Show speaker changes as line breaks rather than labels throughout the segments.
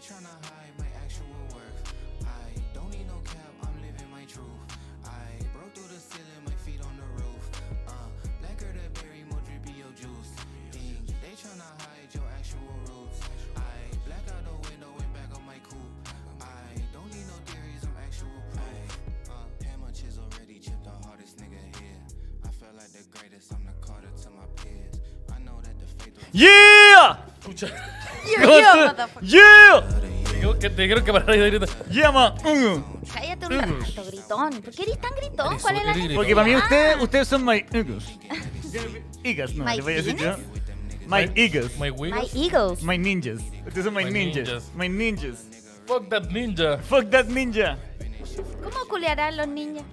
tryna hide my actual worth. I don't need no cap, I'm living my truth. I broke through the ceiling, my feet on the roof. Uh, blacker the berry, more drippy your juice. Think they tryna hide your actual roots. I black out the window and back on my coupe. I don't need no theories, I'm actual proof. Uh, hammer chisel already chipped the hardest nigga here. I feel like the greatest, I'm the Carter to my peers. I know that the fatal
¡Yeah!
Yo, yo, motherfucker.
¡Yeah!
of
Te
the
digo que te dijeron que pararas de gritar. ¡Yeah, ma! Mm.
Cállate un rato, gritón. ¿Por qué eres tan gritón?
Eres
¿Cuál es
súper
la
gritón.
Porque para mí
necesidad?
ustedes, ustedes son my eagles. Eagles, no,
My
le voy a decir yo.
penis?
My eagles.
My
My
wiggle.
Eagles.
My ninjas. Ustedes son my,
My
ninjas.
ninjas.
My ninjas.
Fuck that ninja.
Fuck that ninja.
¿Cómo culearán los niños?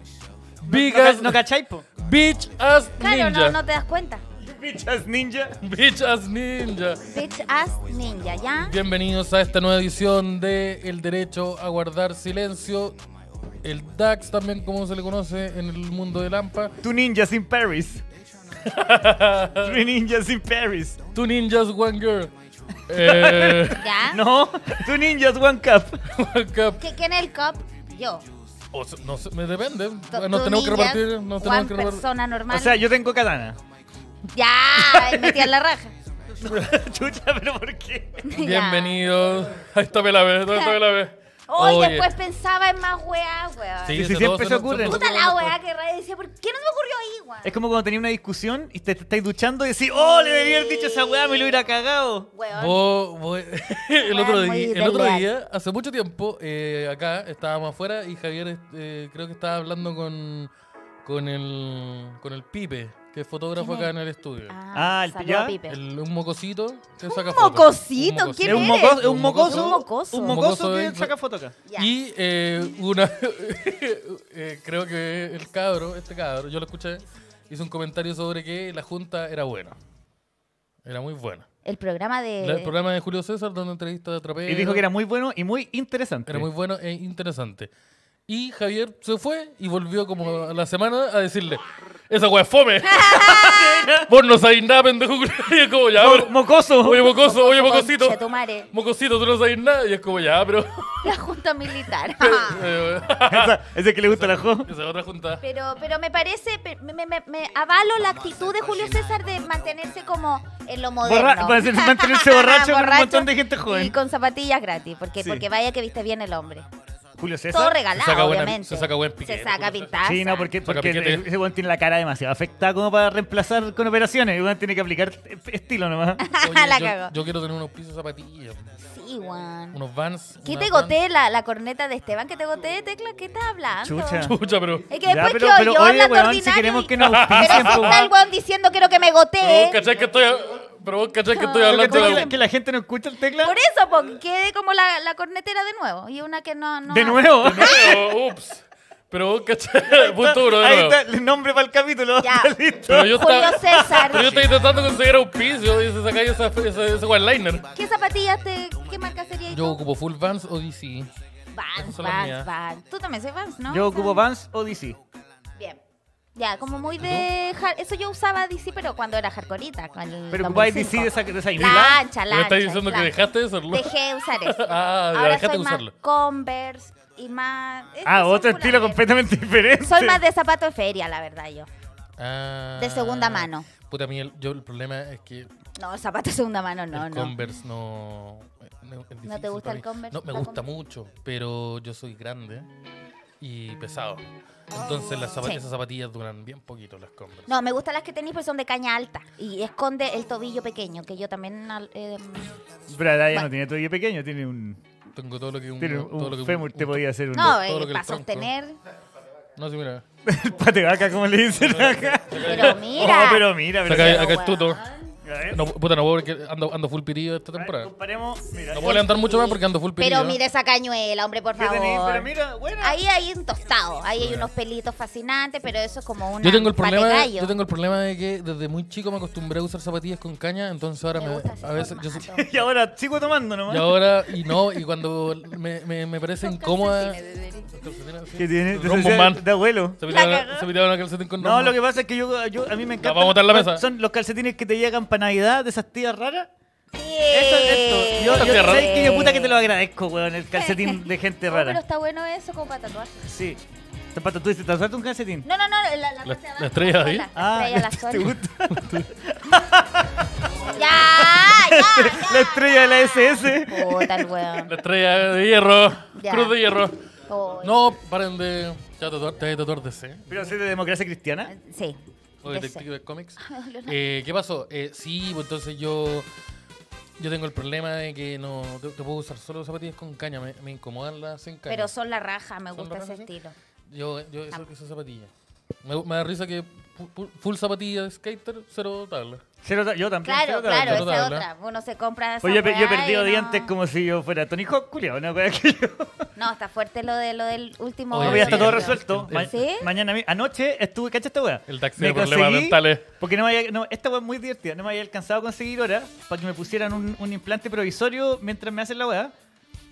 Big
No, ca-
ass.
no cachai, po.
Bitch ass
Claro, no,
ninja.
no te das cuenta.
Bitch ass ninja.
Bitch ass ninja.
Bitch ass ninja, ¿ya?
Bienvenidos a esta nueva edición de El Derecho a Guardar Silencio. El DAX también, como se le conoce en el mundo de Lampa.
Two ninjas in Paris. Three ninjas in Paris.
Two ninjas, one girl. Eh,
¿Ya?
No, two ninjas, one cup.
one cup.
¿Qué- ¿Quién es el cop? Yo.
O sea, no sé, me depende.
To-
No tenemos
tú
que
niñas,
repartir. No tenemos
Juan,
que repartir.
persona normal.
O sea, yo tengo katana.
ya, metí a la raja.
Chucha, pero ¿por qué?
Bienvenidos. Ahí está Pelave, ahí está Pelave.
Hoy
Oye.
después pensaba en más weá, weá.
Sí,
Si
ese
siempre
todo
se
nos-
ocurre.
todo
pues, Puta
nos-
la weá que raya decía, ¿por qué no se me ocurrió ahí, weá?
Es como cuando tenía una discusión y te, te estáis duchando y decís, oh, le debí haber dicho esa weá, me lo hubiera cagado.
Weón.
Vos- vos- el, otro
Weón, muy
día, el otro
desleal.
día, hace mucho tiempo, eh, acá estábamos afuera y Javier eh, creo que estaba hablando con, con, el, con el Pipe, que es fotógrafo
¿Quién
acá
es?
en el estudio.
Ah, el
saludo
ya.
a Pipe.
El- un mocosito. que saca
¿Un
fotos.
mocosito? ¿Quién
Es un,
eres?
mocoso, es
Un
un mocoso.
mocoso. Un mocoso.
Un
Mocoso
mocoso que
es-
saca foto acá.
Ya.
Y eh, una. eh, creo que el cabro, este cabro, yo lo escuché, hizo un comentario sobre que la junta era buena. Era muy buena.
El programa de...
La- el programa de Julio César, donde entrevista a Trapero.
Y dijo que era muy bueno y muy interesante.
Era muy bueno e interesante. Y Javier se fue y volvió como a la semana a decirle: Esa wea es fome. Vos no sabéis nada, pendejo. Y es como ya,
Mo-
pero-
mocoso.
Oye, mocoso, oye, mocosito.
Chetumare.
Mocosito, tú no sabes nada. Y es como ya, pero.
La junta militar.
Esa- ese que le gusta la jo.
Esa es otra junta.
Pero, pero me parece, pe- me, me- me- me avalo la actitud de Julio César de mantenerse como en lo moderno.
Borra- para ser- mantenerse borracho con un montón de gente joven.
Y con zapatillas gratis, porque,
Sí.
porque vaya que viste bien el hombre.
Julio
Todo
César.
regalado,
se saca buena-
obviamente.
se saca buen piquete,
Se saca
Julio César.
pintaza.
Sí, no, porque,
Saca
porque
piquete.
ese weón tiene la cara demasiado afectada como para reemplazar con operaciones. El weón tiene que aplicar eh, estilo nomás.
Oye,
la
yo,
cagó.
yo quiero tener unos pisos de zapatillas,
Sí, Juan.
unos vans.
¿Qué
unas
te
Vans.
goté la, la corneta de Esteban? ¿Qué te goté, Tecla? ¿Qué estás hablando?
Chucha.
Pucha, pero.
Es que
Ya,
después
pero,
quedó
pero
yo
oye,
hablando
weón, si
ordinario
queremos
y-
que nos pues,
Pero
auspicien,
si
po,
está el weón diciendo quiero que me
Pero
gotee.
vos cachás que estoy. Pero vos cachás que estoy
No.
¿Pero
hablando.
cachai que,
de-
la, que la gente no escucha el tecla?
Por eso, porque quede como la, la cornetera de nuevo. Y una que no. no
de nuevo.
Pero, ups. Pero vos cachás. Punto uno, de
Ahí
nuevo.
está el nombre para el capítulo.
Ya.
Está listo.
Pero yo
Julio
estaba.
César.
Pero yo estoy tratando de conseguir auspicio y se saca esa, esa, ese one-liner.
¿Qué zapatillas te, qué marca sería
Yo
tú?
ocupo full Vans o DC.
Vans,
son las
Vans,
mías.
Vans. Tú también soy Vans, ¿no?
Yo
O sea,
ocupo Vans o DC.
Bien. Ya, como muy de... har- Eso yo usaba DC, pero cuando era hardcoreita. con el
Pero ocupáis DC
2005.
de esa, de esa inmila.
Lancha, lancha.
Me estás diciendo que
lancha.
dejaste de hacerlo.
Dejé de usar eso.
Ah,
Ahora
dejaste
soy
de
más
usarlo.
Converse y más... es que
Ah,
soy
otro
pura
estilo
de-
completamente diferente.
Soy más de zapato de feria, la verdad, yo.
Ah.
De segunda mano.
Puta, a mí el, yo, el problema es que
No, zapato de segunda mano, no,
el
no.
Converse no. no, es difícil
te gusta
para
el
mí.
Converse,
No, me
la
gusta
Converse?
mucho, pero yo soy grande y pesado. Entonces las zapa-
Sí.
esas zapatillas duran bien poquito las Converse.
No, me gustan las que tenéis, pero son de caña alta. Y esconde el tobillo pequeño, que yo también... al- eh,
Pero Araya
Bueno.
no tiene tobillo pequeño, tiene un,
Tengo todo lo que un,
tiene un,
Mm, todo lo que un-
fémur, te
un-
podía hacer un
no,
todo lo
eh,
que el
para
tronco. Oh,
sostener...
No, sí, mira.
el pate vaca, como le dicen acá.
Pero mira.
Oh, pero mira, pero
Acá,
mira.
acá es tuto.
A ver,
No, puta, no puedo porque ando, ando full pirillo esta
a ver,
temporada.
comparemos. Mira,
No puedo levantar mucho más porque ando full pirillo.
Pero mira esa cañuela, hombre, por
¿qué
favor.
tenéis? Pero mira, bueno.
Ahí hay un tostado, ahí hay unos pelitos fascinantes, pero eso es como una
Yo tengo, el
pata de
problema,
gallo.
yo tengo el problema de que desde muy chico me acostumbré a usar zapatillas con caña, entonces ahora
Me
me,
gusta ese
a veces yo
formato.
sé-
Y ahora sigo tomando nomás.
y ahora y no y cuando me, me, me parece incómoda
¿Qué tiene?
Rombo
Entonces,
Man.
de abuelo.
se
La
piteaba
cagó.
se piteaba una calcetín con
No,
Rombo.
lo que pasa es que yo, yo- a mí me encanta.
vamos a botar la mesa.
Son los calcetines que te llegan para Navidad de esas tías raras.
Sí,
Eso es
Eh.
esto. Yo,
Esta
yo,
tierra.
¿sabes qué? Yo puta que te lo agradezco, weón. El calcetín de gente
No, pero
rara.
está bueno eso como para tatuar.
Sí. Zapato, tú dices, ¿te usaste un calcetín?
No, no, no, la, la, parte de abajo,
la estrella
la
ahí.
cola,
Ah,
La estrella, la
¿te
sola.
gusta?
Ya, ya, ya.
La estrella de la SS.
Puta el weón.
La estrella de hierro.
Ya.
Cruz de hierro.
Oh,
No, paren de. Ya tatuar, te vas a tatuar DC.
Pero soy de democracia cristiana.
Sí.
O
de Ah,
Detective Comics.
dolió la-
Eh, ¿Qué pasó? Eh, sí, pues entonces yo. Yo tengo el problema de que no. Te, te puedo usar solo zapatillas con caña. Me, me incomodan las sin caña.
Pero son la raja, me
Son
gusta
la raja,
ese
sí.
estilo.
Yo,
Ah.
yo eso, esas zapatillas. Me, me da risa que pu- pu- full zapatilla de skater, cero tabla.
Cero ta- yo también.
Claro,
cero tabla.
claro,
Pero
esa
tabla.
otra. Uno se compra esa
Pues yo, he pe- yo he
weá y
perdido
no-
dientes como si yo fuera Tony Hawk, culiao, una weá que yo.
No, está fuerte lo, de, lo del último...
Oye,
Hoy ya está
sí,
todo
el-
resuelto.
el-
Ma-
¿Sí?
Mañana, mi- anoche estuve, ¿cacha esta weá?
El taxi
Me
de problemas
conseguí-
dentales.
Porque no me había- no, esta weá es muy divertida. No me había alcanzado a conseguir hora para que me pusieran un, un implante provisorio mientras me hacen la weá.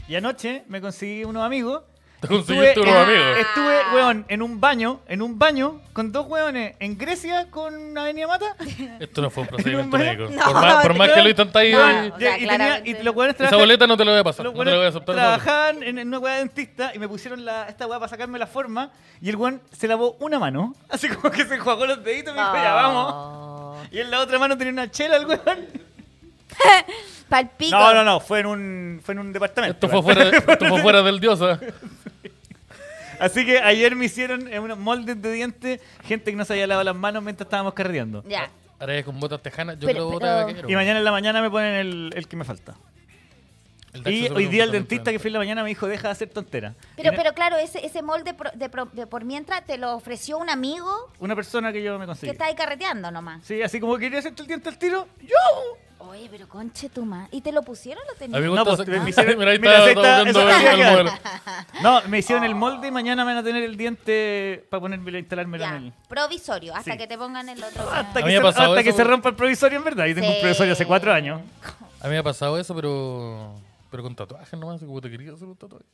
Y anoche me conseguí unos amigos.
Te
y
conseguiste
estuve-
unos
eh,
amigos.
Estuve, weón, en un baño, en un baño, con dos weones en Grecia con Avenida Mata.
Esto no fue un procedimiento
No,
médico.
no,
por más, por
te
más que
creo.
lo intentáis.
No,
eh,
o sea,
y, tenía-
claramente.
y los weones
Esa
trabajan-
boleta no te la voy a pasar.
Los
No te la voy a
buenos
aceptar. esa boleta.
trabajaban en, en una weá de dentista y me pusieron la, esta weá para sacarme la forma. Y el weón se lavó una mano, así como que se enjuagó los deditos y me dijo, ya
Ah.
vamos.
Oh.
Y en la otra mano tenía una chela el weón.
Palpico.
No, no, no, fue en un, fue en un departamento.
Esto fue,
weón.
fuera, de- esto fue fuera del diosa.
Así que ayer me hicieron eh, unos moldes de dientes, gente que no se había lavado las manos mientras estábamos carreteando.
Ya.
Ahora con botas tejanas. Yo
Pero-
creo
pero-
botas de vaquero.
Y mañana en la mañana me ponen el, el que me falta.
El taxi
Y
sobre
hoy
un
día el
tratamiento
dentista que fui
dental.
en la mañana me dijo, deja de hacer tonteras.
Pero,
Y
pero claro, ese, ese molde pro- de, pro- de por mientras te lo ofreció un amigo
Una persona que yo me
que
conseguí.
está ahí carreteando nomás.
Sí, así como quería hacerte el diente al tiro, yo.
Oye, pero conche tu madre. ¿Y te lo pusieron o tenías?
A mí me
No,
gusta.
pues,
esa-
me hicieron-
mira, ahí
mira,
está,
ahí
está
está,
tocando
eso-
el- el modelo.
No, me hicieron el molde y mañana me van a tener el diente para ponérmelo, e instalármelo en
Ya,
él.
provisorio, hasta
Sí. Ah,
que te pongan el otro.
Hasta que,
mí me
se,
ha pasado
hasta
eso,
que se
güey.
rompa el provisorio, en verdad. Yo tengo
Sí. pues
un provisorio hace cuatro años.
A mí me ha pasado eso, pero. Pero con tatuajes nomás. Como te quería hacer un tatuaje.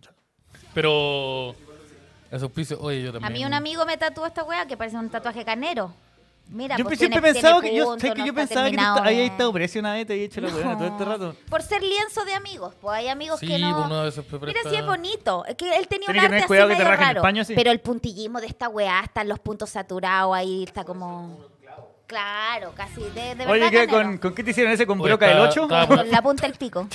Chao. Pero. Ese auspicio. Oye, yo
A
también.
mí un amigo me tatuó esta weá que parece un tatuaje canero. Mira,
Yo
pues
siempre
tiene-
pensaba
tiene
que yo,
punto,
sé que
no
yo
está
pensaba que tú
terminado
esta- habías
bien.
estado preso una vez y te habías hecho la weona todo este rato.
Por ser lienzo de amigos, pues hay amigos
Sí,
que no.
pues, uno a veces se
Mira
presta-
si es bonito. Es que él
Tenés
tenía un
que
arte
tener
así
cuidado que te
medio
rajen el
raro.
paño, sí.
Pero el puntillismo de esta weá están los puntos saturados ahí, está como. Claro, casi. De,
Oye,
de verdad.
¿qué,
canero.
con, ¿con qué te hicieron ese? ¿Con
Oye,
broca del
está-
8?
está-
Con la punta del pico.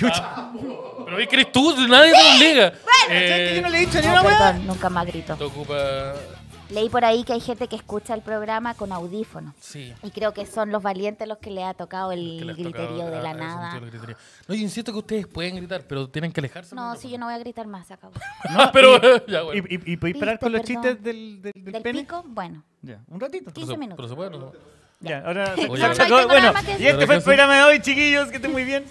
Pero ahí crees tú, nadie te lo liga. Eh,
que yo no le he dicho ni
No,
una weá.
perdón, nunca más grito.
Te ocupa.
Leí por ahí que hay gente que escucha el programa con audífonos.
Sí.
Y creo que son los valientes los que le ha tocado
que
el
les
griterío
tocaba
de la
a- a ese
nada.
sentido del griterío. No, yo insisto que ustedes pueden gritar, pero tienen que alejarse.
No, sí, yo no voy a gritar más, se acabó.
No, pero. ya,
¿Y,
bueno.
y, y podéis parar
Viste,
con los
perdón.
chistes del, del, del
¿Del
pene?
pico? Bueno.
Ya, un ratito.
¿Qué?
Pero se-
15 minutos.
Pero se puede, ¿no?
Ya, ahora.
Oye,
Ya,
no
chicos,
tengo nada
bueno,
más que
y
decir.
este fue el
Pero-
programa de hoy, chiquillos, que estén muy bien.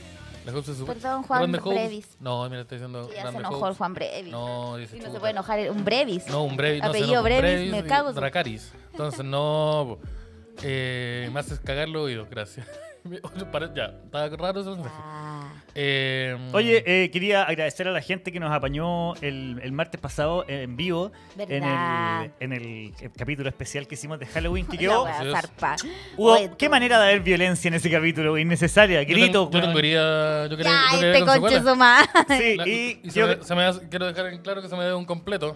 La Hobbs es su-
Perdón, Juan
Grande Hobbs.
Brevis.
No, mira, está diciendo.
Sí, ya se
Grande
enojó
Hobbs.
el Juan Brevis.
No, dice.
Y no se
chuta.
puede enojar un Brevis.
No, un Brevis. No, se
Apellido
enoja, un
Brevis, me
y
cago. en su-
Dracaris. Entonces, no. po. Eh, me haces cagar los oídos, gracias. Pare- ya, está raro eso.
Ah,
Eh,
Oye, eh, quería agradecer a la gente que nos apañó el, el martes pasado eh, en vivo en
¿Verdad?
el, en el, eh, capítulo especial que hicimos de Halloween que
la
quedó.
wea
Dios.
zarpa.
Hubo-
Oye,
¿Qué
tú-
manera de haber violencia en ese capítulo? Innecesaria,
yo
grito.
tengo- Yo tengo herida. Yo quería,
Ya,
yo quería
este
con
conche
secuela.
su madre.
Sí,
La-
y,
y se
yo-
me- se me hace- quiero dejar en claro que se me debe un completo.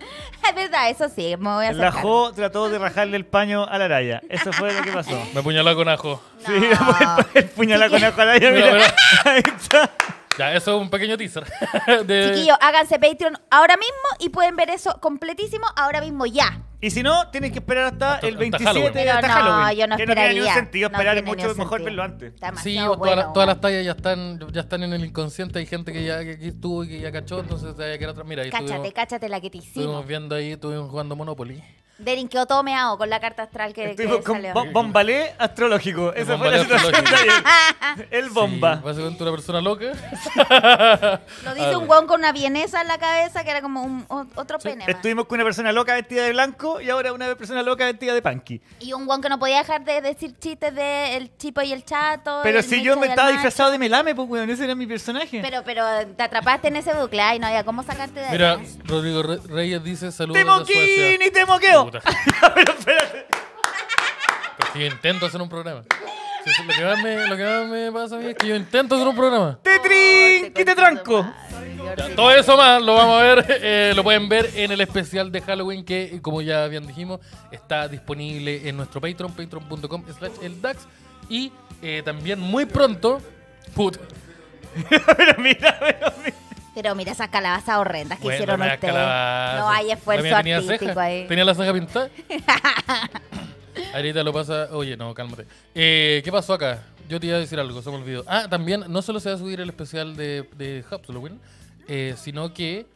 Es verdad, eso sí, me voy a
la
acercar.
Jo trató de rajarle el paño a la araya. Eso fue lo que pasó.
Me apuñaló con ajo.
Sí, el puñalado con la araya,
Mira,
mira.
mira.
Ahí está.
Ya, eso es un pequeño teaser. de-
Chiquillos, háganse Patreon ahora mismo y pueden ver eso completísimo ahora mismo ya.
Y si no, tienes que esperar hasta,
Hasta-
el
hasta
27
Halloween.
de
Pero no,
Halloween.
yo no
que no tiene ningún
esperaría.
sentido
No
esperar
tiene
mucho,
ningún
mejor
sentido.
verlo antes.
Está
Sí,
demasiado
o todas las-
bueno,
todas
weón.
las tallas ya están, ya están en el inconsciente. Hay gente que ya que aquí estuvo y que ya cachó, entonces ya que era otra. Mira, ahí
Cáchate,
estuvimos,
cáchate la que te
estuvimos
hicimos.
viendo ahí, estuvimos jugando Monopoly.
Derin quedó todo meado con la carta astral que, que
Estuvimos con
salió.
bom- bombalé astrológico. Esa fue la
bombalé
situación de ayer. El
Sí,
bomba.
básicamente una persona loca.
Lo dice un guan con una vienesa en la cabeza que era como un, o- otro pene. más.
Estuvimos con una persona loca vestida de blanco y ahora una persona loca vestida de punky.
Y un guan que no podía dejar de decir chistes de el chipo y el chato.
Pero
el
si
Micho
yo
y
me
el
estaba
Macho.
disfrazado de melame, pues weón, ese era mi personaje.
Pero, pero te atrapaste en ese bucle y no había cómo sacarte de
Mira,
ahí.
Rodrigo Re- Reyes dice saludos
¡Te
de Suecia.
moquini, te moqueo!
Puta.
Pero espérate.
Pero si yo intento hacer un programa. Sí, eso es Lo que, más me, lo que más me pasa a mí es que yo intento hacer un
Oh,
programa.
¡Te trin! ¡Que te tranco!
Todo eso más lo vamos a ver, eh, lo pueden ver en el especial de Halloween que, como ya bien dijimos, está disponible en nuestro Patreon, patreon.com slash el DAX. Y eh, también muy pronto... Puta,
pero mira, pero mira.
Pero mira esas calabazas horrendas que
bueno,
hicieron
las
ustedes.
calabazas.
No hay esfuerzo
La mía tenía
artístico
ceja,
ahí.
Tenía la ceja pintada. Ahorita lo pasa... Oye, no, cálmate. Eh, ¿Qué pasó acá? Yo te iba a decir algo, se me olvidó. Ah, también no solo se va a subir el especial de, de Halloween, eh, sino que...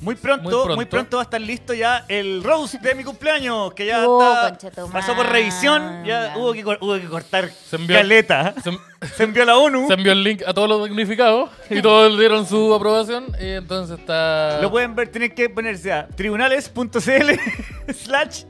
Muy pronto, muy
Muy
pronto,
pronto.
va a estar listo ya el roast de mi cumpleaños, que ya
Oh,
está-
concha tu
pasó por
madre.
revisión, ya hubo que, cor- hubo que cortar
Se envió-
caleta. ¿ah?
se-
Se envió a la ONU.
Se envió el link a todos los damnificados y todos le dieron su aprobación. Y entonces está.
Lo pueden ver, tienen que ponerse a tribunales.cl slash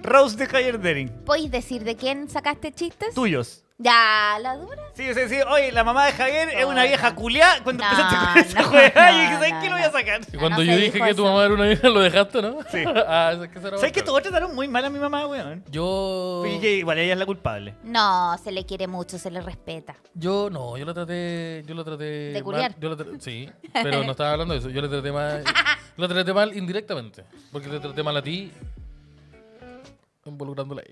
roast de Higher Daring.
¿Podéis decir de quién sacaste chistes?
Tuyos.
Ya, la dura.
Sí, sí, sí. Oye, la mamá de Javier es una
Oh,
vieja
no.
culiá. Cuando
No,
empezaste con esa
no,
juega, yo dije,
no,
¿sabes
no,
qué? Lo
no.
voy a sacar.
Y cuando
Ah, No
yo
se
dije
dijo
que tu
eso.
mamá era una vieja, lo dejaste, ¿no?
Sí.
ah, eso es que será
¿Sabes que
otro.
todos trataron muy mal a mi mamá, weón?
Yo.
Uh.
Y que igual ella es la culpable.
No, se le quiere mucho, se le respeta.
Yo no, yo la traté. Yo la traté.
¿De
mal,
culiar?
yo la tra- Sí, pero no estaba hablando de eso. Yo la traté mal. la traté mal indirectamente. Porque le traté mal a ti. Involucrándola a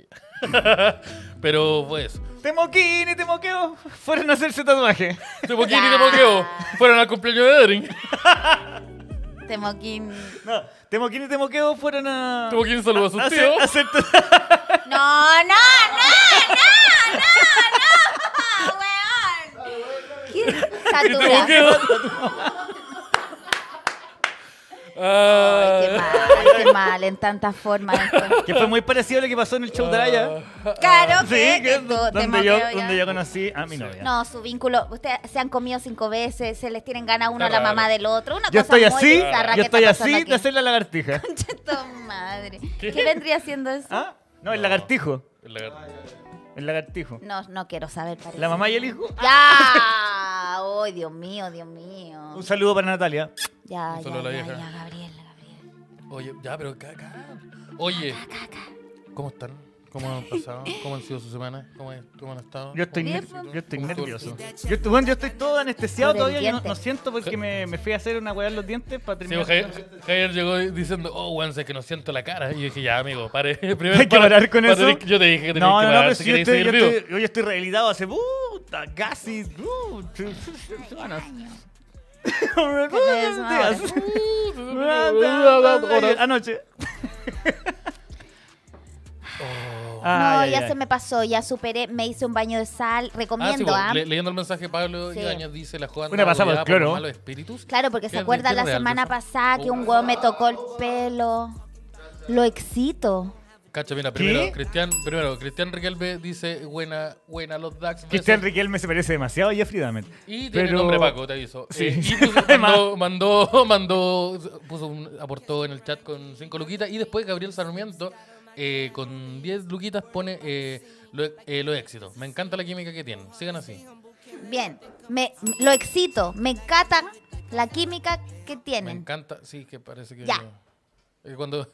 ella. pero fue eso.
Te moquini, te moqueo. Fueron a hacerse tatuaje.
Te moquín y te moqueo. Fueron al cumpleaños de Edrin.
Temoquín.
No, te moquini, te moqueo fueron a.
Te moquín saludó a sus
a hacer-
tíos.
a hacer tatu-
No, no, no, no, no, no, weón. ¿Qué? Satura.
Ah,
Ay, qué mal, qué mal, en tantas formas. esto.
Que fue muy parecido a lo que pasó en el show de Araya.
Ah.
Claro
Sí,
que,
que
tú- te
donde, yo,
moqueo ya.
donde yo conocí a mi novia.
No, su vínculo. Ustedes se han comido cinco veces, se les tienen gana uno a la
Claro.
mamá del otro. Una
Yo
cosa
estoy
muy
así,
bizarra
yo
que
estoy
está pasando
así
aquí.
de hacer la lagartija.
Concha tu madre. ¿Qué? vendría siendo eso?
¿Ah? No, el lagartijo.
El lagarto.
El lagartijo.
No, no quiero saber, parece.
La mamá y el hijo.
¡Ya! ¡Ay, Dios mío, Dios mío!
Un saludo para Natalia.
Ya,
Un
ya,
solo la
ya,
vieja.
ya, Gabriel, Gabriel.
Oye, ya, pero caca. Oye, ¿cómo están? ¿Cómo han pasado? ¿Cómo han sido sus semanas? ¿Cómo, es- cómo han estado?
Yo estoy,
Bien,
ner-
pues.
yo estoy
Un
nervioso. Yo, estoy- bueno, yo estoy todo anestesiado
Por el
todavía. Yo no,
diente.
no siento porque me, me fui a hacer una weá en los dientes para
Sí, pues,
terminar.
Javier, Javier llegó diciendo, oh, weón, sé que no siento la cara. Y yo dije, ya, amigo, pare. Primero,
Hay que
para-
parar con
para-
eso.
Yo te dije que tenías
no,
que
no, no,
parar
pero
si
si yo
querías
estoy, yo,
seguir vivo.
estoy, yo ya estoy rehabilitado hace puta, casi uh, tres semanas.
Tres semanas.
Días. Anoche.
no,
Ay,
ya
ay,
se
ay.
me pasó, ya superé, me hice un baño de sal,
Ah, sí,
recomiendo,
pues,
¿ah?
le- leyendo el mensaje, Pablo
Sí.
Ibañez dice la joda
Una
anda
pasada por el
rodeada
cloro.
malos espíritus.
Claro, porque se
Qué-
acuerda
qué
la
real,
semana
eso. Oh,
pasada que un huevo me tocó el pelo. Lo excito.
Cacha, mira,
¿Qué?
primero, Cristian, primero, Cristian Riquelme dice, buena, buena, los DAX.
Cristian Riquelme se parece demasiado a Jeffrey Dahmer.
Y tiene
Pero-
nombre Paco, te aviso.
Sí.
Eh, y puso- mandó, mandó, mandó- puso un, aportó en el chat con cinco luquitas. Y después Gabriel Sarmiento, eh, con 10 luquitas, pone eh, lo, eh, lo éxito. Me encanta la química que tienen. Sigan así.
Bien, me, lo excito, me encanta la química que
Me
tienen.
encanta. Sí, que parece que.
Ya.
Eh, Cuando,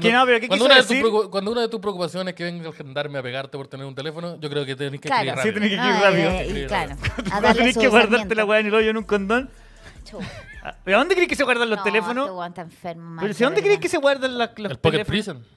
que no, pero ¿qué quiso
cuando una de tus
decir?
preocu- cuando una de tus preocupaciones es que venga el gendarme a pegarte por tener un teléfono, yo creo que tenés que
Claro.
Sí, tenés
escribir rápido.
que ir
Ah,
rápido.
eh, y
Sí,
claro,
Vas
a
a
darle
tener
su
que guardarte la
usamiento.
weá en el hoyo en un condón. Ah,
Chu.
¿A a dónde crees que se guardan los
No,
teléfonos?
este weón está enfermo,
Pero
Marco,
si ¿dónde
¿verdad?
crees que se guardan la- los
El Pocket
teléfonos?
Prison.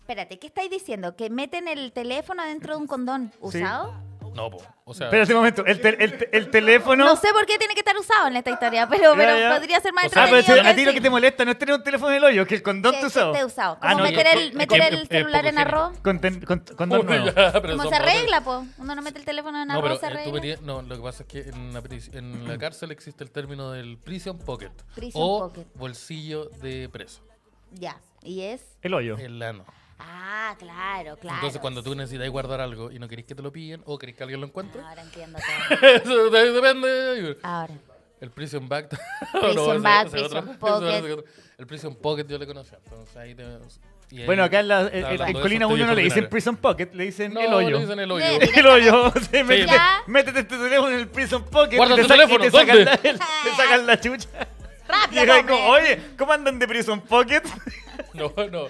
Espérate, ¿qué estáis diciendo? ¿Que meten el teléfono dentro de un condón usado?
No, po. O sea,
Espera un momento, el, tel- el, el teléfono.
No. sé por qué tiene que estar usado en esta historia, pero,
Ya,
pero
ya.
podría ser más
O sea,
Ah, pero
entretenido.
si a ti
sí.
lo que te molesta no es tener un teléfono en el hoyo, que el condón
Que-
te
que
usado.
esté usado.
Ah,
Como
no,
meter
yo-
el,
yo-
meter
es-
el
es- es
celular
poco
en
higiénico.
arroz.
con, ten- con- condón
Uy,
nuevo.
ya, pero son
¿Cómo se
dos veces.
arregla, po? Uno no mete el teléfono en
No,
arroz,
pero
se
eh, tú
arregla.
metías- no, lo que pasa es que en la, pris- en la cárcel existe el término del prison pocket
Mm. Prison
o
pocket.
bolsillo de preso,
Ya, y es...
El hoyo.
el ano.
Ah, claro, claro.
Entonces, cuando tú necesitas guardar algo y no querés que te lo pillen o querés que alguien lo encuentre,
Ahora entiendo todo.
eso de- depende.
Ahora.
El prison bag.
Prison
ese-
bag,
ese es otro-
prison
ese es
pocket.
otro- El prison pocket yo le conocía. Entonces, ahí te- y ahí
Bueno, acá en, la, en-
estaba
en- en
hablando de
Colina
eso, te
1 no le
dijo
dicen
Pilar.
prison pocket, le dicen
No,
el hoyo.
le dicen el hoyo.
Bien.
El hoyo. O sea, métete,
Ya.
métete este teléfono en el prison pocket.
Guarda
y te
tu
sac-
teléfono,
y te sacan,
¿dónde?
la, el- te sacan la chucha.
Rápido,
Y ahí como,
hombre.
oye, ¿cómo andan de prison pocket?
No, no.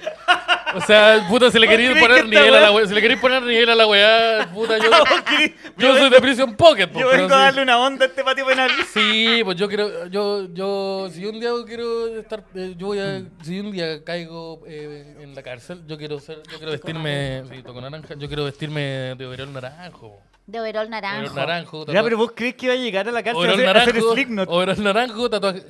O sea, puta, si le queréis
¿Crees
poner
que esta
nivel a la
weá-
weá, si le queréis poner nivel a la weá, puta, yo,
Kiri,
yo soy de Prison Pocket, po,
Yo
pero
vengo a
sí.
darle una onda a este patio penal.
Sí, pues yo quiero, yo, yo, si un día quiero estar, eh, yo voy a, si un día caigo eh, en la cárcel, yo quiero ser, yo quiero vestirme, sí, toco naranja, yo quiero vestirme de overol naranjo.
De overol
Overol
naranjo.
naranjo.
Ya, pero vos crees que va a llegar a la cárcel a
overol
hacer, a hacer
naranjo,
Slipknot.
overol naranjo, tatuaje,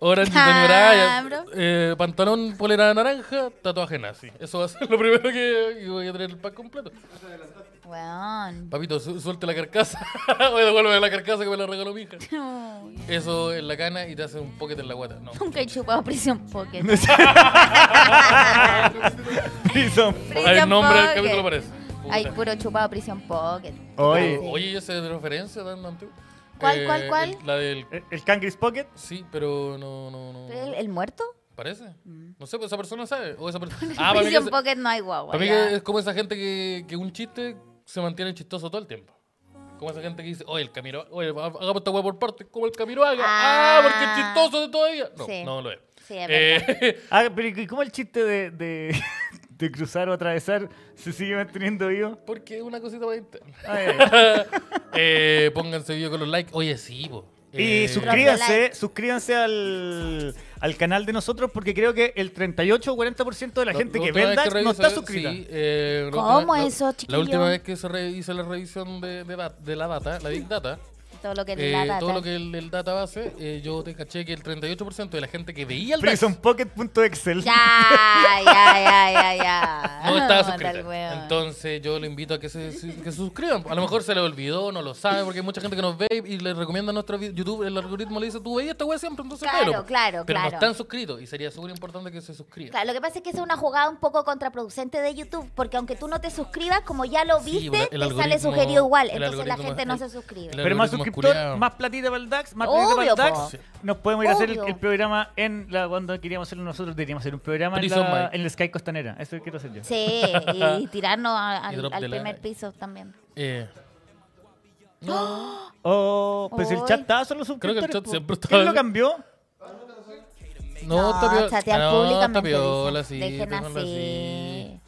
orange
Ah,
de
bro.
eh, pantalón, polera naranja, tatuaje nazi. Eso va a ser lo primero que, que voy a traer el pack completo.
Weón.
Papito, su- suelta la carcasa, o devuélveme la carcasa que me la regaló mi hija. Eso en la cana y te hace un poquete en la guata. No.
Nunca he chupado Prison Pocket.
Sí, son-
Prison
Hay nombre del
Pocket.
capítulo parece. Puta.
Hay puro chupado Prison Pocket.
Oye,
Oye, ¿y esa referencia tan antigua? Eh,
¿Cuál, cuál, cuál?
el- La del...
¿el- Eh, ¿el Cangris Pocket?
Sí, pero no, no, no.
¿Pero Mm. ¿El, el muerto?
¿Parece? No sé, pues esa persona sabe. O esa persona...
En
Ah, para mí, que
Prison
es,
Pocket no hay guagua.
para mí
ya.
que es como esa gente que, que un chiste se mantiene chistoso todo el tiempo. Como esa gente que dice, oye, el Camilo... Oye, ha- hagamos esta hueá por parte, como el Camilo haga. Ah,
Ah.
porque es chistoso todavía. No,
Sí.
no lo es.
Sí, es
Eh,
Ah, pero ¿y cómo el chiste de, de, de cruzar o atravesar se sigue manteniendo vivo?
porque es una cosita más interna.
Ay, ay.
eh, pónganse video con los likes. Oye, sí, po.
Y
Eh,
suscríbanse, suscríbanse al, al canal de nosotros porque creo que el 38 o 40% de la gente que
otra
ve
vez
Dax no está
revisé-
suscrita.
sí, eh, la
¿Cómo
otra- la-
eso, chiquillo?
La última vez que se re- hice la revisión de, de, dat- de la data, la Big Data,
Todo lo que es
eh,
la data.
todo lo que es el, el database, eh, yo te caché que el 38% de la gente que veía el Dax
PrisonPocket.excel.
Ya, ya, ya, ya, ya.
no estaba
Anda el
suscrita.
weón.
Entonces yo le invito a que se, se- que se suscriban. A lo mejor se le olvidó, no lo sabe, porque hay mucha gente que nos ve y le recomienda nuestro vi- YouTube. El algoritmo le dice, tú veías esta wea siempre, entonces
Claro,
velo".
claro,
Pero
claro.
no están suscritos y sería súper importante que se suscriban.
Claro, lo que pasa es que esa es una jugada un poco contraproducente de YouTube, porque aunque tú no te suscribas, como ya lo
Sí,
viste,
el
te sale
algoritmo-
sugerido igual.
el
Entonces la
algoritmo
gente
es-
no
el-
se
el
suscribe.
Pero más
algoritmo es
suscriptor,
culiao.
más platita para el DAX, más platita para el
Obvio,
DAX.
po.
Nos podemos ir a hacer el,
Obvio.
el programa en la, cuando queríamos hacerlo nosotros, deberíamos hacer un programa en,
Prison
la-
Mike.
en el Sky Costanera. Eso quiero hacer yo.
Sí, y tirarnos a-
Y drop
al, al
the
primer
like.
piso también.
Eh,
Oh, pues el
Hoy.
chat estaba solo suscriptores.
Creo que el chat
po.
siempre estaba-
¿Quién lo cambió?
No, está piola.
chatear
Ah,
públicamente,
está piola,
dicen.
sí,
Dejen
déjenlo
así.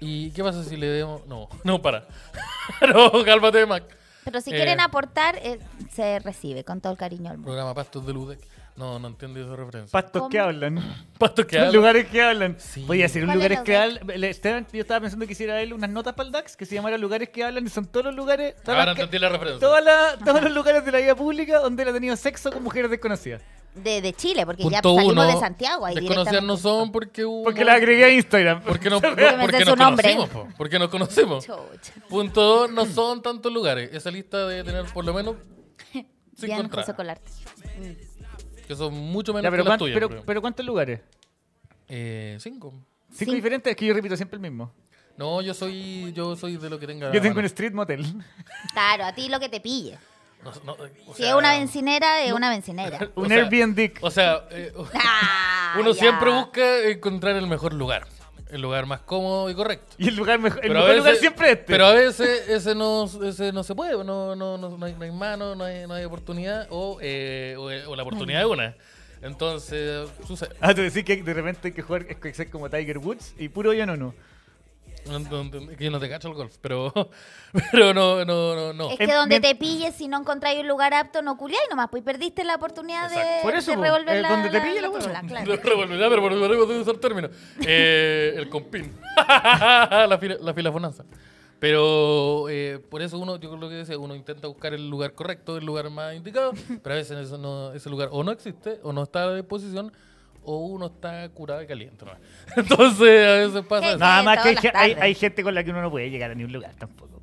¿Y qué pasa si le demos.? No, no, para. no, cálmate, Mac.
Pero si
Eh.
quieren aportar, eh, se recibe con todo el cariño del mundo.
Programa Pastos de Ludec. No, no entiendo esa referencia.
Pastos que
¿Cómo?
hablan.
Pastos que hablan.
Lugares que hablan.
Sí.
Voy a decir un
¿Cuál
lugares
es
que
los
hablan. Esteban, yo estaba pensando que hiciera él unas notas para el DAX que se llamara Lugares que hablan y son todos los lugares. todas
Ahora
las que-
Ah, entendí la referencia.
todas las- todos los lugares de la vida pública donde él ha tenido sexo con mujeres desconocidas.
De, de Chile, porque ya
Punto
salimos
uno.
de Santiago. Ahí
Desconocidas no
directamente.
son porque. hubo-
Porque la agregué a Instagram.
Porque no,
me sé
porque
su
nos
nombre.
conocimos, po, porque nos conocemos.
Chucha.
Punto dos, no son tantos lugares. Esa lista debe tener por lo menos cinco
Bien, José
entradas.
Colarte.
Que son mucho menos
Ya, pero,
que las
cuán-
tuyas.
pero-
creo.
pero ¿cuántos lugares?
Eh, cinco.
Cinco
Sí.
diferentes, es que yo repito siempre el mismo.
No, yo soy, yo soy de lo que tenga. a
Yo
la
tengo un
mano.
street motel.
Claro, a ti lo que te pille.
No,
este-
no, eh, o
Si
sea,
es una bencinera, es una bencinera.
Un
O sea,
Airbnb.
O sea, eh,
Ah,
uno
ya.
siempre busca encontrar el mejor lugar, el lugar más cómodo y correcto.
Y el lugar mejor, el
Pero a
mejor lugar siempre es este.
Pero a veces ese no, ese no se puede, no, no, no, no hay, no hay mano, no hay, no hay oportunidad o, eh, o- o la oportunidad es una. Entonces, sucede.
Ah, te decís que de repente hay que jugar es que ser como Tiger Woods y puro yo no, no.
No, no, no, que yo no te cacho el golf, pero, pero no, no, no, no.
Es que
Em,
donde
bien-
te pilles, si no encontráis un lugar apto, no culiáis nomás, pues y perdiste la oportunidad de,
Exacto. pues,
Por eso,
de
po,
revolver
eh,
la,
donde te
la-
pille la
la
hueá.
piola,
No
claro.
revolverá, pero por algo tengo que usar término. Eh, el compín. la, fila, la filafonanza. Pero eh, por eso uno, yo creo que decía, uno intenta buscar el lugar correcto, el lugar más indicado, pero a veces eso no, ese lugar o no existe, o no está a disposición, o uno está curado y caliente. ¿no? Entonces a veces pasa eso.
Nada más que hay,
todas
ge-
las
hay-
tardes.
hay gente con la que uno no puede llegar a ningún lugar tampoco.